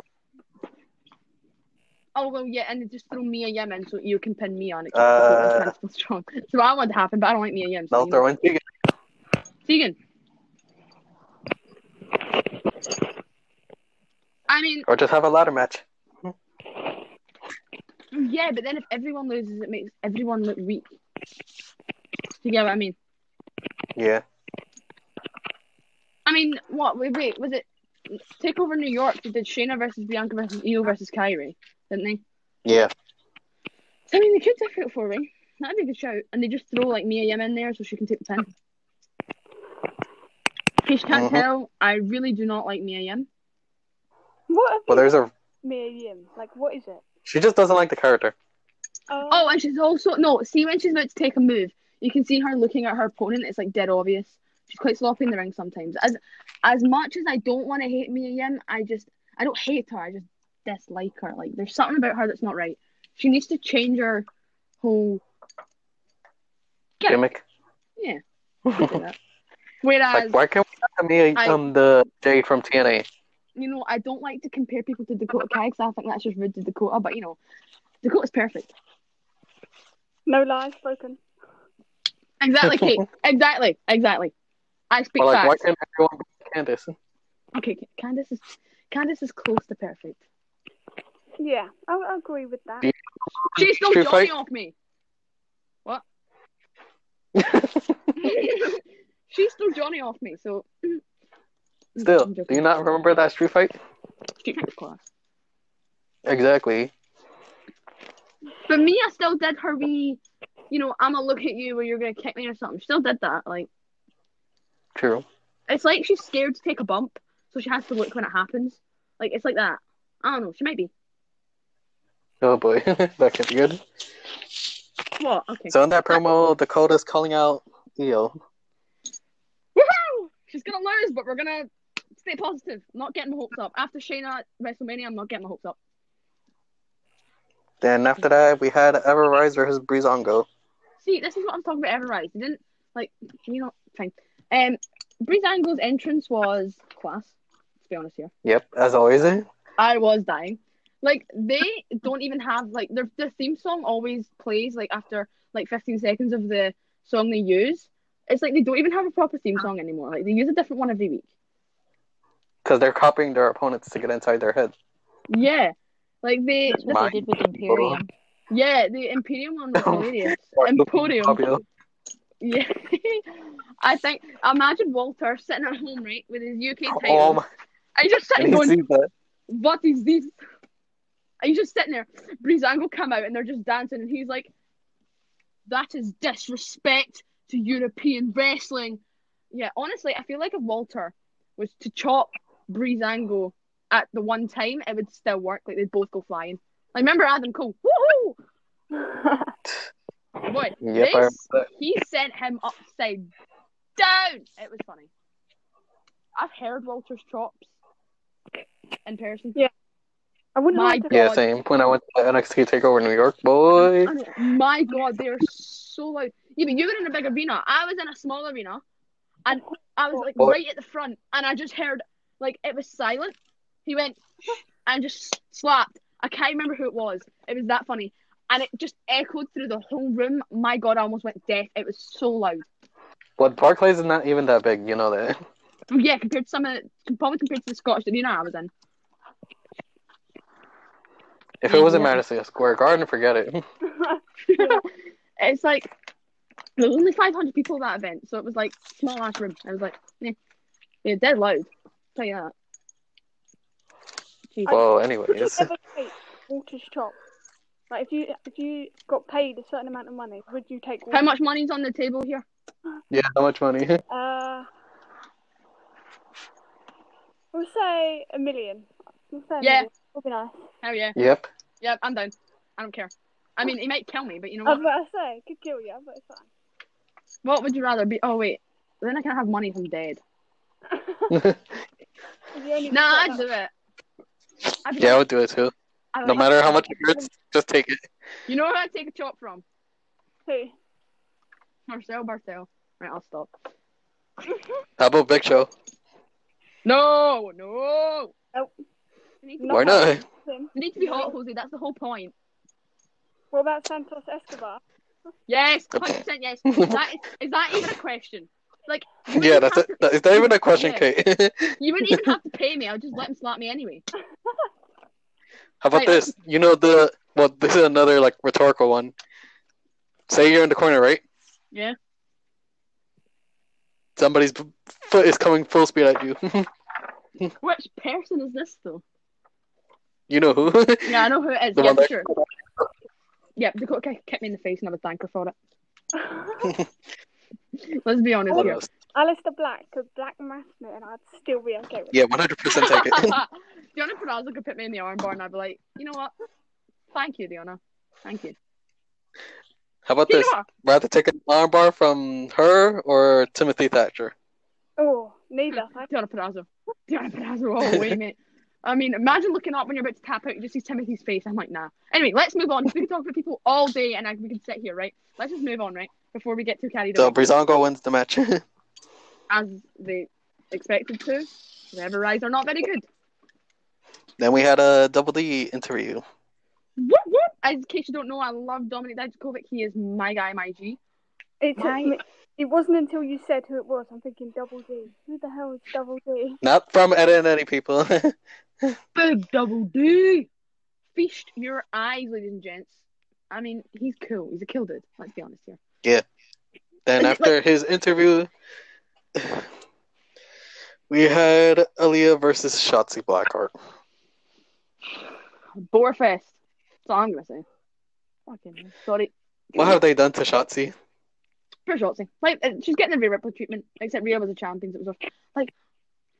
Oh well, yeah, and they just throw Mia Yim in so you can pin me on it. 'cause
Uh,
Dakota's kind of still strong. So I want to happen, but I don't like Mia Yim. So
They'll throw in Tegan.
Tegan. I mean,
Or just have a ladder match.
yeah, but then if everyone loses, it makes everyone look weak. Do you get what I mean?
Yeah.
I mean, what? Wait, wait. Was it Takeover New York? They did Shayna versus Bianca versus Io versus Kyrie, didn't they?
Yeah.
So, I mean, they could take it for me. That'd be a good shout. And they just throw like Mia Yim in there so she can take the pin. In case you can't
Mhm.
tell, I really do not like Mia Yim.
what have
Well, there's a.
you Mia Yim? Like, what is it?
She just doesn't like the character.
Um,
Oh, and she's also no. See when she's about to take a move, you can see her looking at her opponent. It's like dead obvious. She's quite sloppy in the ring sometimes. As as much as I don't want to hate Mia Yim, I just I don't hate her. I just dislike her. Like there's something about her that's not right. She needs to change her whole. Yeah.
Gimmick.
Yeah.
like,
Whereas
why can't we have me
I-
um, the Jade from TNA?
you know I don't like to compare people to Dakota Kai 'cause I think that's just rude to Dakota. But you know, Dakota's perfect.
no lies spoken.
Exactly, Kate. exactly, exactly. I speak
Or like, why
facts.
can't everyone be Candace?
Okay, Candice is Candice is close to perfect.
Yeah, I, I agree with that.
Yeah.
She stole
Street
Johnny
fight?
off me. What? she stole Johnny off me. So mm.
Still,
I'm
do
joking.
you not remember that street fight?
Street fight was class.
Exactly.
But me, I still did her wee, you know, I'm gonna look at you or you're gonna kick me or something. She still did that. Like
True.
it's like she's scared to take a bump, so she has to look when it happens. Like it's like that. I don't know. She might be.
Oh boy, that could be good.
What? Okay.
So in that promo, Dakota's calling out Eel.
Woohoo! She's gonna lose, but we're gonna stay positive. I'm not getting my hopes up. After Shayna at WrestleMania, I'm not getting my hopes up.
Then after that, we had Ever Rise versus Breezango.
See, this is what I'm talking about. Ever Rise. They didn't like. You know, fine. Um, Breeze Angle's entrance was class. To be honest here,
Yep, as always. eh?
I was dying. Like they don't even have like their their theme song always plays like after like 15 seconds of the song they use. It's like they don't even have a proper theme song anymore. Like they use a different one every week.
Because they're copying their opponents to get inside their head.
Yeah, like they
That's what
My-
they did with Imperium.
Yeah, the Imperium one was
Oh.
hilarious.
Or the
Emporium.
popular-
Yeah. I think imagine Walter sitting at home, right, with his UK title.
Oh my,
and he's just
and
sitting
he
going,
sees that.
What is this? And he's just sitting there. Breezango come out and they're just dancing and he's like, That is disrespect to European wrestling. Yeah, honestly, I feel like if Walter was to chop Breezango at the one time, it would still work. Like they'd both go flying. Like remember Adam Cole. Woohoo! Boy,
Yep, I
they-
remember that.
he sent him upside down. It was funny. I've heard Walter's chops in person.
Yeah. I wouldn't
My
like to
Yeah,
God.
same. When I went to NXT Takeover New York, boy.
I know. my God, they are so loud. Yeah, but you were in a big arena. I was in a small arena, and I was like
What?
right at the front, and I just heard like it was silent. He went and just slapped. I can't remember who it was. It was that funny, and it just echoed through the whole room. My God, I almost went deaf. It was so loud.
But Barclays is not even that big, you know that.
Well, yeah, compared to some of the, probably compared to the Scottish arena I was in.
If it was in
Yeah.
Madison Square Garden, forget it.
it's like there was only five hundred people at that event, so it was like small ass room. I was like, yeah, yeah, dead loud. Tell you that. Jeez.
Well,
Would you
anyways.
ever take Walter's chop? Like if you if you got paid a certain amount of money, would you take
How much money's on the table here?
Yeah, how much money?
Uh, we'll say a million. We'll say a
Yeah.
million. That'll be nice.
Hell yeah,
yep.
yeah, I'm down. I don't care. I mean, he might kill me, but you know
Uh, I was
what?
about to say, could kill you, but it's fine.
What would you rather be? Oh wait, then I can have money if I'm dead.
If you only
Nah,
got
I'd
that-
do it. uh, I'd be
Yeah, I
like,
would do it too.
I
No
like-
matter how much it hurts, just take it.
You know where I'd take a chop from?
Who?
Marcel Barthel. Right, I'll stop.
How about Big Show?
No, no.
Nope.
We need to
No.
Why not?
Him.
We need to be hot, Jose. That's the whole point.
What about Santos Escobar?
Yes, hundred percent. Yes. Is that, is that even a question? Like, you wouldn't
Yeah,
even
that's
have
it. That, is that even a question,
Yeah.
Kate?
To, you wouldn't even have to pay me. I'll just let him slap me anyway.
How about
Right.
this? You know the well. This is another like rhetorical one. Say you're in the corner, right?
Yeah.
Somebody's b- foot is coming full speed at you.
Which person is this though?
you know who?
Yeah, I know who it is.
The
Yeah,
one
for
that-
sure. Yeah, Dakota kick- kicked me in the face, and I would thank her for it. Let's be honest
Oh,
here.
Alistair Black could black mass me and I'd still be okay with
yeah, 100% take it.
Deanna Peraza could put me in the armbar, and I'd be like, you know what? Thank you, Deanna. Thank you.
How about
You know
this?
what?
Rather take an armbar from her or Timothy Thatcher?
it. Oh, neither. I
Deanna Perazzo. Deanna Perazzo all the way, mate. I mean, imagine looking up when you're about to tap out, you just see Timothy's face. I'm like, nah. Anyway, let's move on. 'cause We can talk about people all day and I, we can sit here, right? Let's just move on, right? Before we get too carried
So
away.
Brizongo wins the match.
As they expected to. Never rise are not very good.
then we had a double D interview.
Whoop, whoop. As in case you don't know, I love Dominic Dijakovic. He is my guy, my G.
It took
Right.
me- It wasn't until you said who it was. I'm thinking Double D. Who the hell is Double D?
Not from Ed and Eddie, E people.
Big double D. Feast your eyes, ladies and gents. I mean, he's cool. He's a kill dude. Let's be honest here.
Then
Is it
after his interview, we had Aaliyah versus Shotzi Blackheart.
Boarfest. That's all I'm going to say. Fucking sorry.
What have they done to Shotzi?
Poor Shotzi. Like uh, she's getting the Rhea Ripley treatment, except Rhea was a champion, so it was off. Like,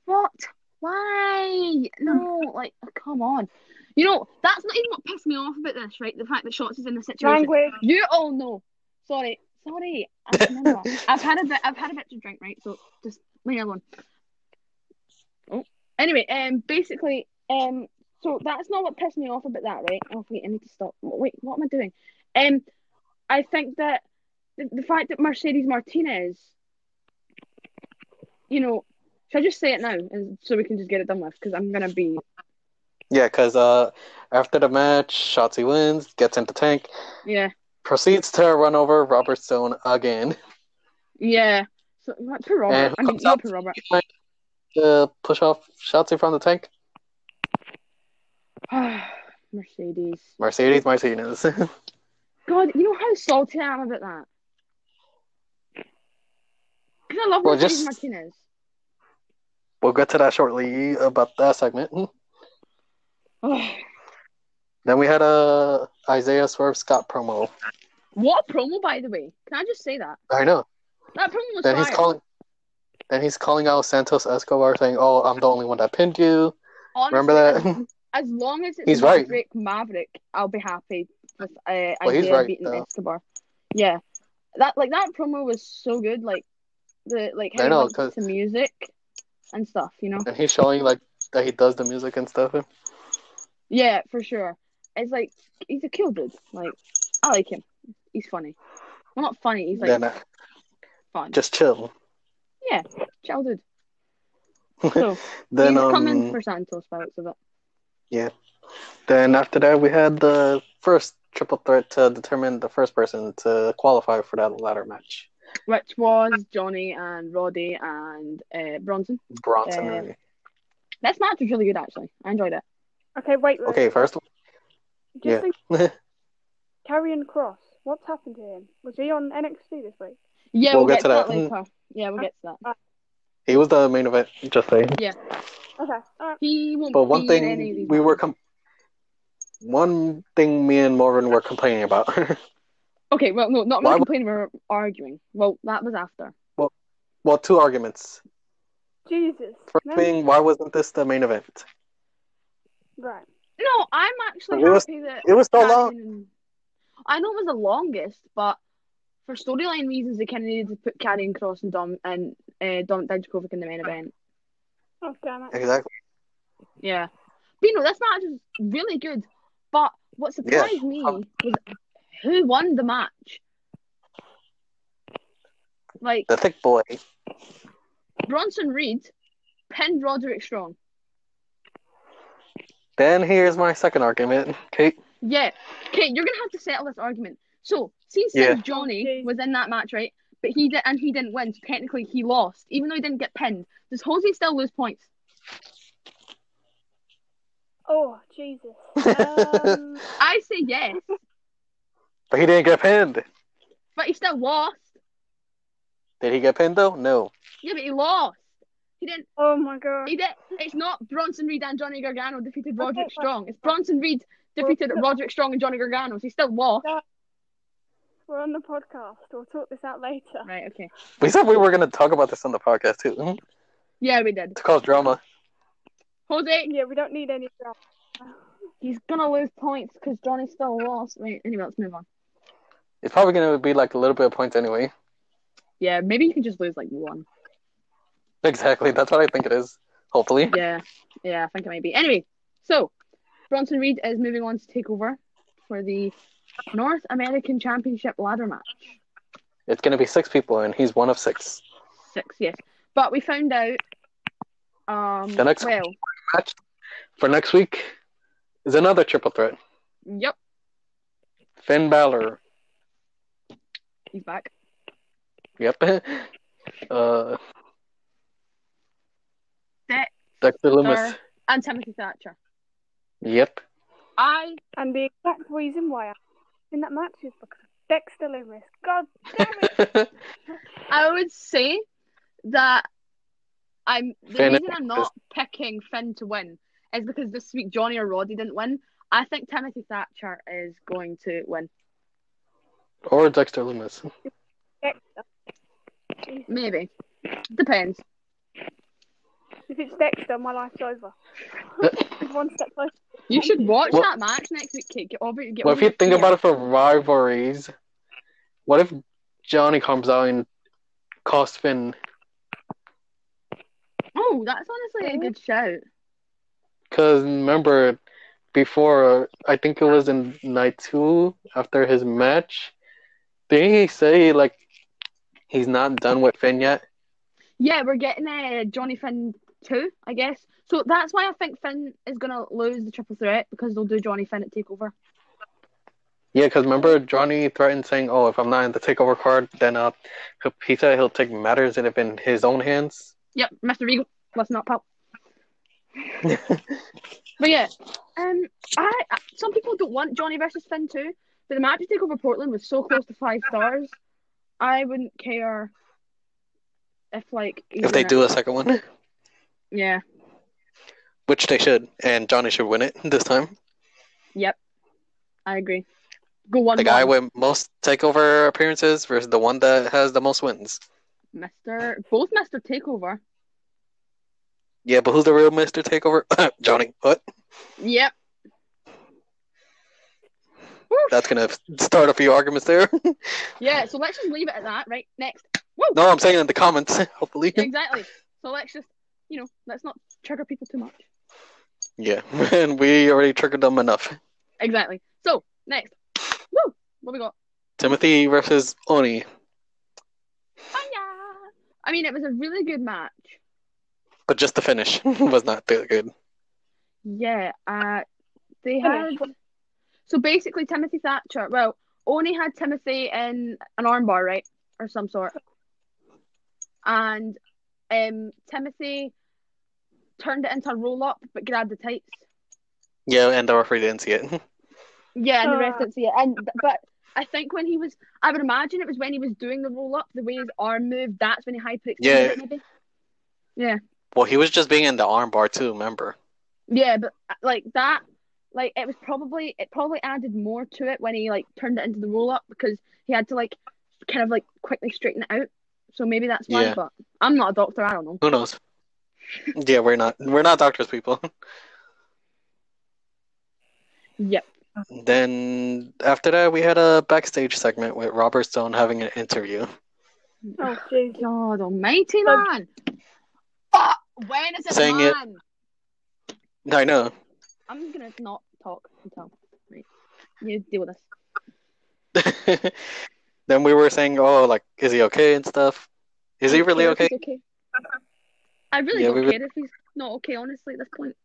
what? Why? No, like, come on. You know, that's not even what pissed me off about this, right? The fact that Shotzi's in this situation.
Language.
You all know. Sorry, sorry. I remember. I've had a bit. I've had a bit to drink, right? So just leave me alone. Oh. Anyway, um, basically, um, so that's not what pissed me off about that, right? Oh wait, I need to stop. Wait, what am I doing? Um, I think that the, the fact that Mercedes Martinez, you know, should I just say it now, and so we can just get it done with? Because I'm gonna be
Yeah, because uh, after the match, Shotzi wins, gets in the tank,
yeah,
proceeds to run over Robert Stone again,
yeah. So like, poor Robert.
and
I mean,
comes
not
out
poor Robert.
to push off Shotzi from the tank.
Mercedes.
Mercedes Martinez.
God, you know how salty I am about that. Because I love
Well,
Mercedes
just-
Martinez.
we'll get to that shortly about that segment.
Ugh.
Then we had a Isaiah Swerve Scott promo.
What a promo, by the way. Can I just say that?
I know.
That promo was
Then he's
fire.
calling. Then he's calling out Santos Escobar, saying, "Oh, I'm the only one that pinned you."
Honestly,
Remember
As,
that?
as long as it's
He's right.
Maverick Maverick, I'll be happy with uh,
Well, he's
Isaiah
right,
beating
though.
Escobar. Yeah, that like that promo was so good. Like the like how
I
he
know,
went
'cause-
to music and stuff. You know.
and he's showing like that he does the music and stuff.
Yeah, for sure. It's like he's a cool dude. Like I like him. He's funny. Well, not funny. He's like
then uh,
fun.
just chill.
Chill dude. So
Then
he's
um,
coming for Santos by the looks of it.
then after that we had the first triple threat to determine the first person to qualify for that ladder match.
Which was Johnny and Roddy and uh, Bronson.
Bronson.
Yeah. This match was really good actually. I enjoyed it.
Okay, wait. wait.
Okay, first
Just
yeah.
think- Karrion Cross. What's happened to him? Was he on NXT this week?
Yeah, we'll, get, to that, later. Yeah, we'll get to that.
he was the main event. Just saying.
Okay. All right.
He won't
But one
be in any of these
thing we
matches.
were com- one thing me and Morgan were complaining about.
Okay, well, no, not
Why
really
would-
complaining. We were arguing. Well, that was after.
well, two arguments.
Jesus.
First
No.
thing, why wasn't this the main event?
Right.
No, I'm actually
It was-
happy that
It was so long.
Karrion- I know it was the longest, but for storyline reasons, they kind of needed to put Karrion Cross and Dom and uh, Dominic Dijakovic in the main event.
Oh damn it.
Exactly.
Yeah, but you know this match was really good. But what surprised me was who won the match. Like
The thick boy.
Bronson Reed pinned Roderick Strong.
Then here's my second argument. Kate,
Yeah. Okay, you're gonna have to settle this argument. So, see,
Yeah.
since Johnny
Okay.
was in that match, right? But he did, and he didn't win. So technically, he lost, even though he didn't get pinned. Does Jose still lose points?
Oh Jesus. Um,
I say yes,
but he didn't get pinned.
but he still lost.
Did he get pinned though? No.
Yeah, but he lost. He didn't.
oh my god.
He did. It's not Bronson Reed and Johnny Gargano defeated
Okay,
Roderick
but-
Strong. It's Bronson Reed defeated
Well, no.
Roderick Strong and Johnny Gargano. So he still lost.
We're on the podcast. We'll talk this out later.
Right. Okay.
We said we were gonna talk about this on the podcast too. mhm,
Yeah, we did.
To cause drama.
Jose,
Yeah, we don't need any drama.
he's gonna lose points because Johnny still lost. Right. Anyway, let's move on.
It's probably gonna be like a little bit of points anyway.
Yeah, maybe you can just lose like one.
Exactly. That's what I think it is. Hopefully.
yeah, yeah, I think it might be. Anyway, so Bronson Reed is moving on to take over for the North American Championship ladder match.
It's gonna be six people and he's one of six.
Six, yes. But we found out. Um,
The next-
well,
For next week is another triple threat.
yep,
Finn Balor
he's back.
Yep. Uh,
Dexter.
Dexter Loomis.
And Timothy Thatcher.
Yep.
I
And the exact reason why I'm in that match is because of Dexter Loomis. God damn it.
I would say that I'm the
Finn is-
reason I'm not picking Finn to win is because this week Johnny or Roddy didn't win. I think Timothy Thatcher is going to win.
Or Dexter Loomis.
Dexter.
Maybe. Depends.
If it's Dexter, my life's over. One step closer.
You should watch
Well-
that match next week, Kate. Get over it. Get
Well, if
over
you think about it for rivalries, what if Johnny comes out and costs Finn?
Oh, that's honestly a good shout.
Because remember, before, I think it was in night two after his match, didn't he say, like, he's not done with Finn yet?
Yeah, we're getting uh, Johnny Finn too, I guess. So that's why I think Finn is gonna lose the triple threat because they'll do Johnny Finn at Takeover.
Yeah, because remember, Johnny threatened saying, oh, if I'm not in the takeover card, then uh, he said he'll take matters in, in his own hands.
Yep, Mr. Regal, listen up, pal. but yeah, um, I, I some people don't want Johnny versus Finn too, but the match to take over Portland was so close to five stars. I wouldn't care if like
If they
either-
do a second one,
Yeah,
which they should, and Johnny should win it this time.
I agree. Go one.
the guy
one.
with most takeover appearances versus the one that has the most wins.
Mr. Both Mr. Takeover.
Yeah, but who's the real Mister Takeover? Johnny. What?
Yep. Woo.
That's gonna start a few arguments there.
Yeah, so let's just leave it at that, right? Next. Woo!
no, I'm saying in the comments. Hopefully.
Exactly. So let's just, you know, let's not trigger people too much.
Yeah, and we already triggered them enough.
Exactly. So, next. Woo! What we got?
Timothy versus Oni,
Hiya! I mean, it was a really good match.
but just the finish was not that good.
Yeah, uh, they had.
Finish.
So basically, Timothy Thatcher, well, Oni had Timothy in an armbar, right? Or some sort. And um, Timothy turned it into a roll up but grabbed the tights.
Yeah, and the referee didn't see it.
Yeah, and the rest
Ah.
didn't see it. And but I think when he was, I would imagine it was when he was doing the roll up, the way his arm moved. That's when he hyperextended
Yeah.
it, maybe.
Well, he was just being in the armbar too. Remember?
Yeah, but uh, like that, like it was probably it probably added more to it when he like turned it into the roll up because he had to like kind of like quickly straighten it out. So maybe that's why.
Yeah.
But I'm not a doctor. I don't know.
Who knows? yeah, we're not. We're not doctors, people.
Yep.
Then after that, we had a backstage segment with Robert Stone having an interview.
Oh, jeez.
God Almighty,
Um,
man. Fuck! When is it,
Saying it-
man?
I know.
I'm gonna not talk until right. You deal with this.
then we were saying, oh, like, is he okay and stuff? Is he really
Care if
okay?
he's I really
Yeah,
don't
we would-
care if he's not okay, honestly, at this point.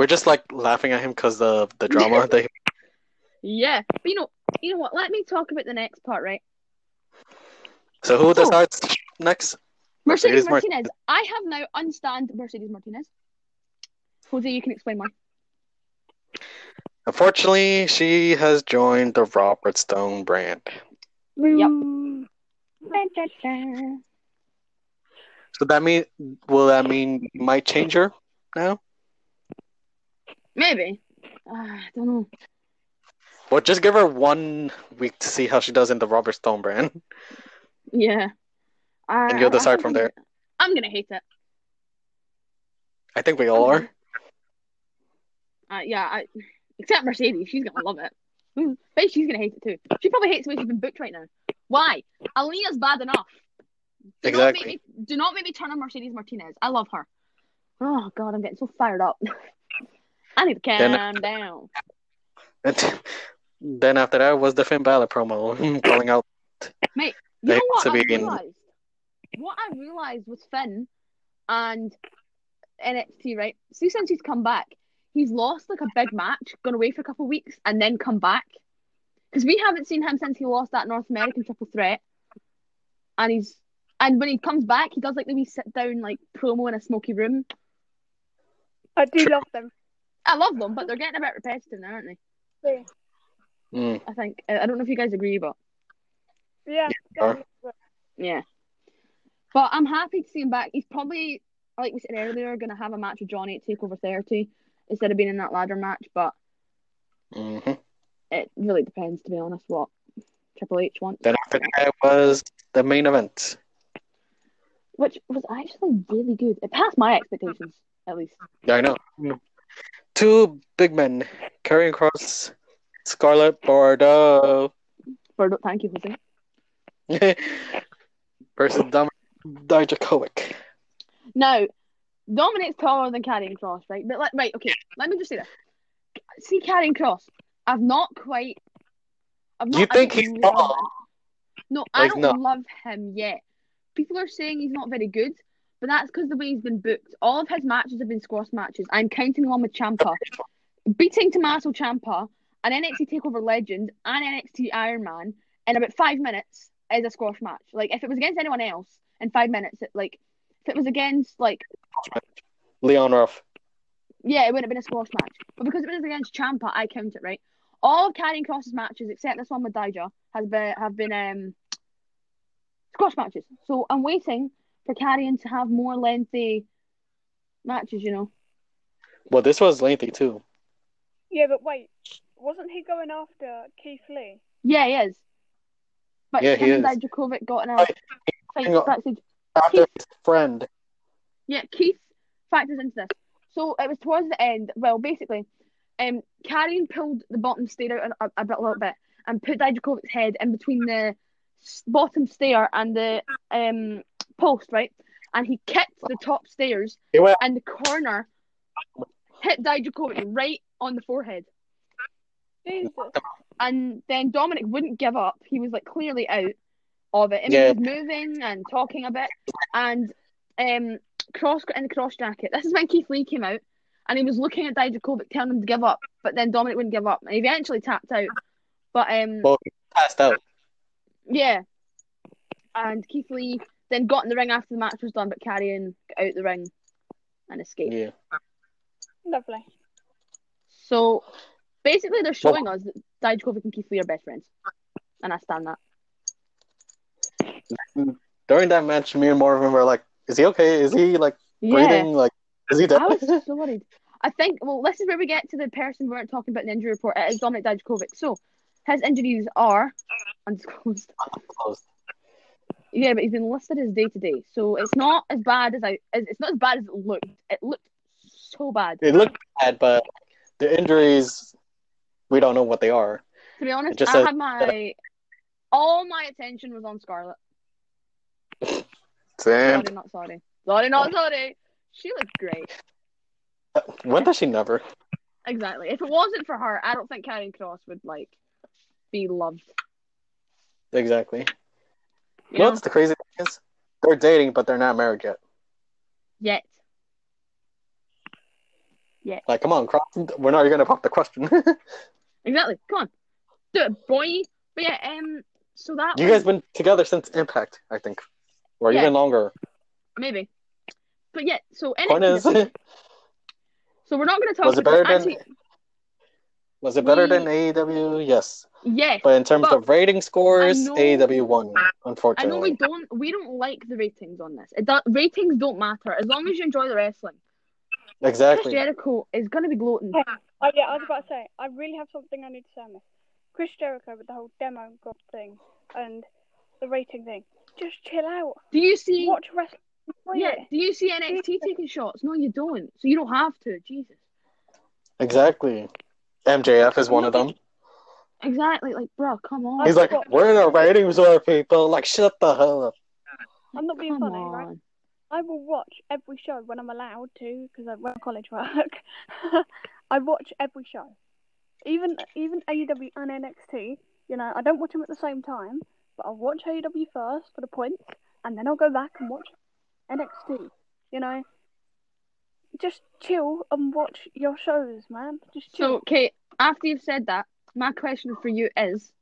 We're just like laughing at him because of the drama. that he...
Yeah, but you know, you know what? Let me talk about the next part, right?
So who decides next?
Mercedes,
Mercedes Mart-
Martinez. I have now unstand Mercedes Martinez. Jose, you can explain why.
Unfortunately, she has joined the Robert Stone brand.
Yep.
Boo.
So that mean will that mean you might change her now?
Maybe. Uh, I don't know.
Well, just give her one week to see how she does in the Robert Stone brand,
Yeah. I-
and you'll
I- I
decide
think
from
I'm
there.
gonna- I'm gonna hate it.
I think we all are.
Uh, yeah, I, except Mercedes, she's gonna love it. Mm, Bet she's gonna hate it too. She probably hates the way she's been booked right now. Why? Alina's bad enough. Do Not
Exactly.
make me, do not make me turn on Mercedes Martinez. I love her. Oh God, I'm getting so fired up. I need to calm
Then-
down.
And then after that was the Finn Balor promo, calling out
You know
Thanks,
what I
Sabine.
realized? What I realized with Finn and NXT, right? See, since he's come back, he's lost like a big match, gone away for a couple of weeks, and then come back. Because we haven't seen him since he lost that North American triple threat. And he's and when he comes back, he does like the wee sit down like promo in a smoky room.
I do love them.
I love them, but they're getting a bit repetitive now, aren't they?
Mm,
I think I I don't know if you guys agree, but
Yeah. um,
Sure.
Yeah. But I'm happy to see him back. He's probably, like we said earlier, going to have a match with Johnny at TakeOver 30 instead of being in that ladder match. But
mhm.
it really depends, to be honest, what Triple H once,
Then after that was the main event.
which was actually really good. It passed my expectations, at least.
I know. Two big men carrying across Scarlet Bordeaux
Birdo, thank you, Jose.
versus Dominic Dijakovic.
Now, Dominic's taller than Carrying Cross, right? But let, right, okay, let me just say this. See, Carrying Cross, I've not quite. I've not,
You
I
think
don't
he's
love
tall?
him. No, I
Like,
don't
no.
love him yet. People are saying he's not very good, but that's because the way he's been booked. All of his matches have been squash matches. I'm counting along with Champa, beating Tommaso Champa, an NXT Takeover Legend, and NXT Iron Man in about five minutes is a squash match. Like if it was against anyone else in five minutes, it, like if it was against like
Leon Ruff.
yeah, it would have been a squash match. But because it was against Champa, I count it right. All of Karrion Cross's matches, except this one with Dijah, has been have been um squash matches. So I'm waiting for Karrion to have more lengthy matches, you know.
Well, this was lengthy too.
Yeah, but wait, wasn't he going after Keith Lee?
Yeah, he is. But
Yeah, he
him and
is.
Dijakovic got in a
Right.
fight
Hang on.
backstage.
After his friend.
Yeah, Keith factors into this. So it was towards the end. Well, basically, um, Karrion pulled the bottom stair out a, a bit, a little bit, and put Dijakovic's head in between the s- bottom stair and the um post, right? And he kicked the top stairs,
He went,
and the corner hit Dijakovic right on the forehead.
Jesus.
And then Dominic wouldn't give up. He was like clearly out of it. I mean,
Yeah.
he was moving and talking a bit. And um, cross in the cross jacket. This is when Keith Lee came out, and he was looking at Dijakovic, telling him to give up. But then Dominic wouldn't give up, and he eventually tapped out. But um,
well, he passed out.
yeah. And Keith Lee then got in the ring after the match was done, but Carrion got out the ring and escaped.
Yeah.
Lovely.
So basically, they're showing us that Dijakovic and Keith Lee are best friends, and I stand that.
During that match, me and Marvin were like, is he okay? Is he like
Yeah.
breathing? Like, is he dead?
I was so worried. I think, well, this is where we get to the person we weren't talking about in the injury report. It is Dominic Dijakovic. So, his injuries are undisclosed. Yeah, but he's been listed as day to day. So, it's not as bad as I, it's it's not as bad as it looked. It looked so bad.
it looked bad, but the injuries, we don't know what they are.
To be honest,
just
I
says-
had my, all my attention was on Scarlett.
Damn.
Sorry, not sorry. Sorry, not sorry. She looked great.
When does she never?
Exactly. If it wasn't for her, I don't think Karen Cross would, like, be loved.
Exactly.
You
You know
know?
what's the crazy thing is? They're dating, but they're not married yet.
Yet.
Like, come on, cross, we're not going to pop the question.
Exactly. Come on, do it, boy. But yeah, um, so that
you
was-
guys been together since Impact, I think, or
Yeah.
even longer.
maybe, but yeah. So
Point
NXT.
is,
this week. so we're not going to talk.
Was it
about this.
better than-
Actually,
was it better than
We-
AEW? Yes,
yes,
but in terms
But
of rating scores,
I know-
AEW won,
I know
unfortunately.
we don't we don't like the ratings on this. It do, ratings don't matter as long as you enjoy the wrestling. Chris
Exactly.
Jericho is going to be gloating.
Oh yeah, I was about to say, I really have something I need to say on this. Chris Jericho with the whole demo god thing and the rating thing. Just chill out.
Do you see?
Watch wrestling. Enjoy
Yeah.
it.
Do you see NXT taking shots? No, you don't. So you don't have to. Jesus.
Exactly. MJF is one of them.
Exactly. Like, bro, come on.
He's like,
forgot-
we're in a ratings war, people. Like, shut the hell up.
I'm not being
come
funny,
on.
right? I will watch every show when I'm allowed to because I work college work. I watch every show, even even AEW and NXT. You know, I don't watch them at the same time, but I'll watch AEW first for the points, and then I'll go back and watch NXT. You know, just chill and watch your shows, man. Just
So,
chill.
Kate, after you've said that, my question for you is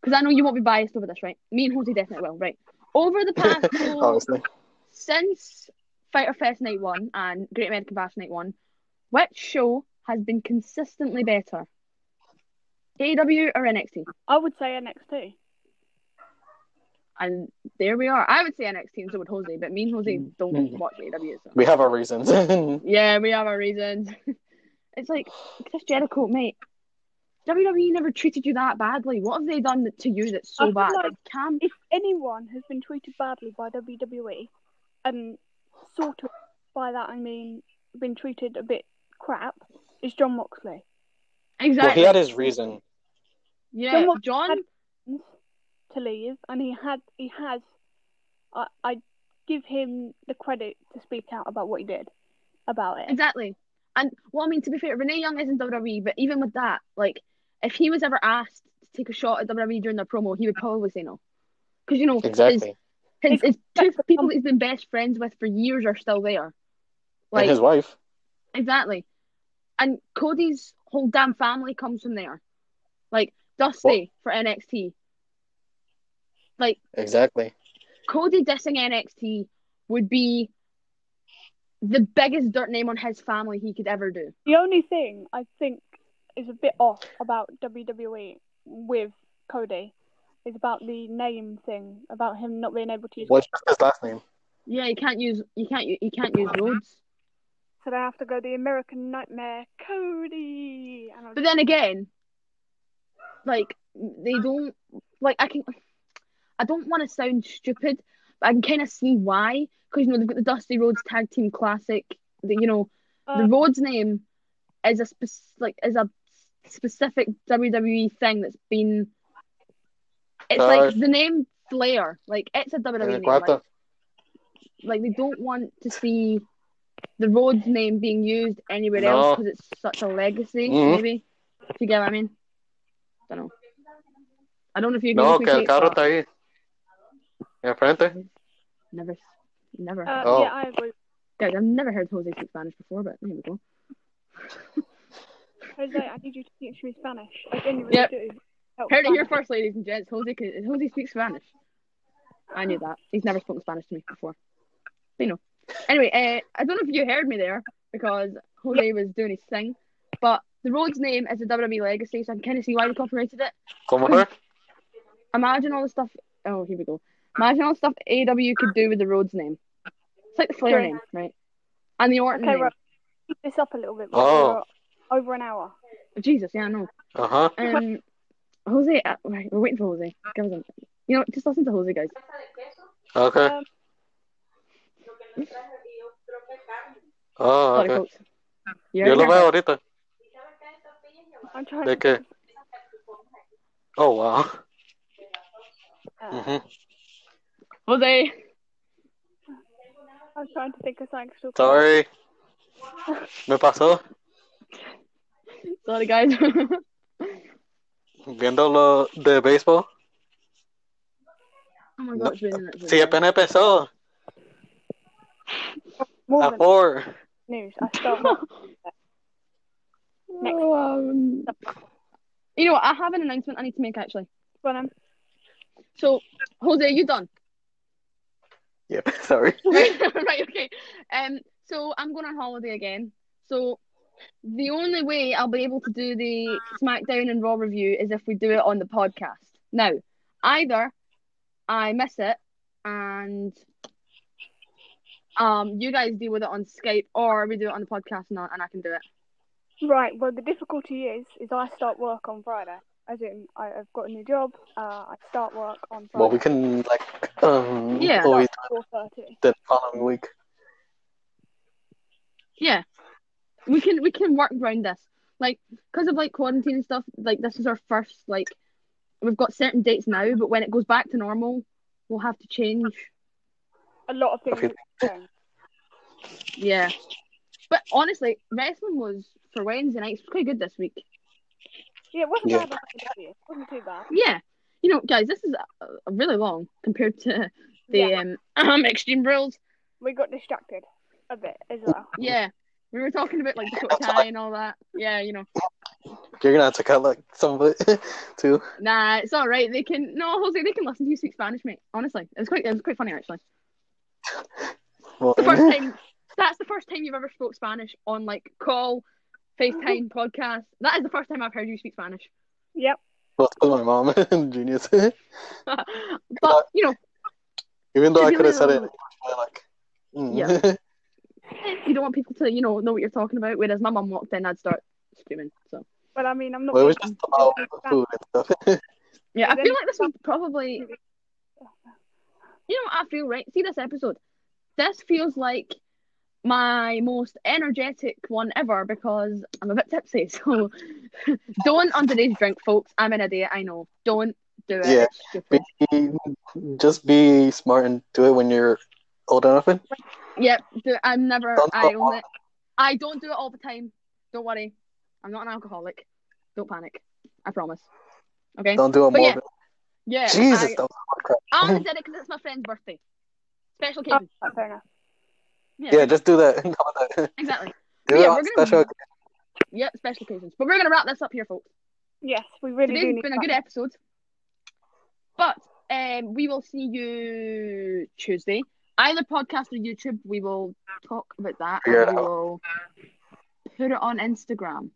because I know you won't be biased over this, right? Me and Jose definitely will, right? Over the past, oh,
Obviously.
since Fighter Fest Night 1 and Great American Bash Night 1, which show has been consistently better? AEW or NXT?
I would say NXT.
And there we are. I would say NXT and so would Jose, but me and Jose don't
Mm.
watch AEW. So.
We have our reasons.
Yeah, we have our reasons. it's like Chris Jericho, mate. WWE never treated you that badly. What have they done to you that's so
I feel
bad?
like-
Like, Cam,
if anyone has been treated badly by WWE, and sort of by that I mean been treated a bit crap, is John Moxley.
exactly.
Well, he had his reason.
yeah,
John Mox-
John.
to leave, and he had he has. I I give him the credit to speak out about what he did about it.
Exactly. And well, I mean, to be fair, Renee Young isn't WWE, E, but even with that, like, if he was ever asked to take a shot at WWE during their promo, he would probably say no. Because you know,
Exactly.
his, his, his two
Exactly.
people that he's been best friends with for years are still there. Like
and his wife.
exactly, and Cody's whole damn family comes from there. Like Dusty for NXT,
Exactly.
Cody dissing NXT would be the biggest dirt name on his family he could ever do.
The only thing I think is a bit off about WWE with Cody is about the name thing, about him not being able to use.
What's his last name?
Yeah, you can't use you can't you can't use Rhodes.
So they have to go the American Nightmare, Cody. And I was
But then again, like they don't like I can I don't want to sound stupid, but I can kind of see why because you know they've got the Dusty Rhodes Tag Team Classic. The, you know
Uh,
the Rhodes name is a spec like is a specific WWE thing that's been. It's
Uh,
like the name Flair, like it's a WWE name.
Eric Guata.
Like, like they don't want to see the Rhodes name being used anywhere
No.
else because it's such a legacy.
Mhm.
Maybe do you get what I mean? Don't know. I don't know if you can
No, que el carro está ahí. Enfrente.
never, never.
uh,
Oh.
Yeah, I agree.
Guys, I've never heard Jose speak Spanish before, but there we go.
Jose, I need you to teach me Spanish. I genuinely
Yep.
do. Help
Heard it here
Spanish.
first, ladies and gents. Jose, can, Jose speaks Spanish. I knew that. He's never spoken Spanish to me before. But you know. Anyway, uh, I don't know if you heard me there because Jose was doing his thing, but the road's name is a WWE legacy, so I can kind of see why they copyrighted it.
Como her?
Imagine all the stuff. Oh, here we go. Imagine all the stuff AW could do with the road's name. It's like the Flair
Sure.
name, right? And the Orton
Okay,
name.
right. Keep this up a little bit.
Oh.
We're Over an hour.
Jesus, yeah, I know.
Uh huh.
Um, Jose, uh, right, we're waiting for Jose. Give us a- You know, just listen to Jose, guys.
Okay.
Um,
Oh,
Sorry,
okay.
folks. You
Ah, Yo
already
lo
heard
veo ahorita.
I'm trying
¿De
to.
qué? Oh, wow.
Uh,
hmm
Jose.
I'm trying to think of something. to talk about.
Sorry. Me pasó
Sorry, guys.
viendo lo de béisbol.
oh my god, it's really nuts.
Sí, apenas empezó.
More
A
than
four.
news. I start.
Um, you know what? I have an announcement I need to make actually.
when I'm
So, Jose, you done?
Yeah, sorry.
right, right, okay. Um, so I'm going on holiday again. So the only way I'll be able to do the SmackDown and Raw review is if we do it on the podcast. Now, either I miss it and um you guys deal with it on Skype, or we do it on the podcast and I, and I can do it.
Right. Well, the difficulty is, is I start work on Friday. As in, I, I've got a new job. Uh, I start work on Friday.
Well, we can, like, um,
Yeah.
always
Four thirty.
the following week.
Yeah, we can we can work around this. Like, because of like quarantine and stuff. Like, this is our first like we've got certain dates now, but when it goes back to normal, we'll have to change.
A lot of things.
Okay.
are going.
Yeah. But honestly, wrestling was for Wednesday nights was quite good this week.
Yeah, it wasn't
Yeah.
bad. actually. It wasn't too bad.
Yeah. You know, guys, this is uh, really long compared to the
Yeah.
um, um Extreme Rules.
We got distracted a bit as well.
Yeah. We were talking about like Dakota
That's
Kai and all that. Yeah, you know.
You're gonna have to cut, like, some of it, too.
Nah, it's all right. They can no, Jose. They can listen to you speak Spanish, mate. Honestly, it was quite it was quite funny actually.
Well,
The first time that's the first time you've ever spoke Spanish on like call, FaceTime, podcast. That is the first time I've heard you speak Spanish.
Yep.
well, it's my mom and Junius. Even
but you know,
though I
Give
could
me
have said
a
it,
little-
I, like, mm.
Yeah. you don't want people to, you know, know what you're talking about. Whereas my mum walked in, I'd start screaming. So
Well, I mean, I'm not.
Well, it was
gonna-
just about food and stuff.
Yeah, I feel
But then-
like this was probably. You know what I feel, right? See this episode. This feels like my most energetic one ever because I'm a bit tipsy. So don't underage drink, folks. I'm in a day, I know. Don't do it.
Yeah.
It's stupid.
Be- just be smart and do it when you're old enough. And
Yep. Do, I'm never.
Don't
I
do it
only. I don't do it all the time. Don't worry. I'm not an alcoholic. Don't panic. I promise. Okay.
don't do it
But
more.
yeah, Yeah.
Jesus,
I,
that was hard crap.
I only did it because it's my friend's birthday. Special occasion.
Oh, fair enough.
Yeah, just do that. How about that?
Exactly.
Do
Yeah,
it
we're
on
gonna-
special.
Yep, special occasions. But we're gonna wrap this up here, folks.
Yes, we really do
Today's
need
been a
that.
good episode. But um, we will see you Tuesday. Either podcast or YouTube, we will talk about that
Figure
and
it
we will put it on Instagram.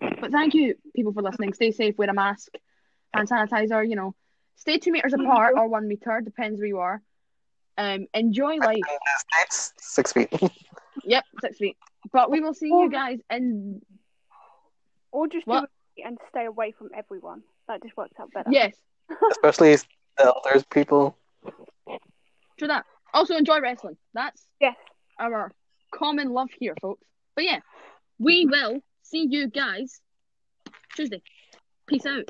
But thank you, people, for listening. Stay safe, wear a mask, hand sanitizer, you know. Stay two meters apart or one meter, depends where you are. Um, enjoy life.
It's six feet.
Yep, six feet. But we will see you guys in
Or just
What?
do it and stay away from everyone. That just works out better.
yes,
Especially the elders people.
true that. Also enjoy wrestling. That's
Yes.
our common love here, folks. But yeah, we will see you guys Tuesday. Peace out.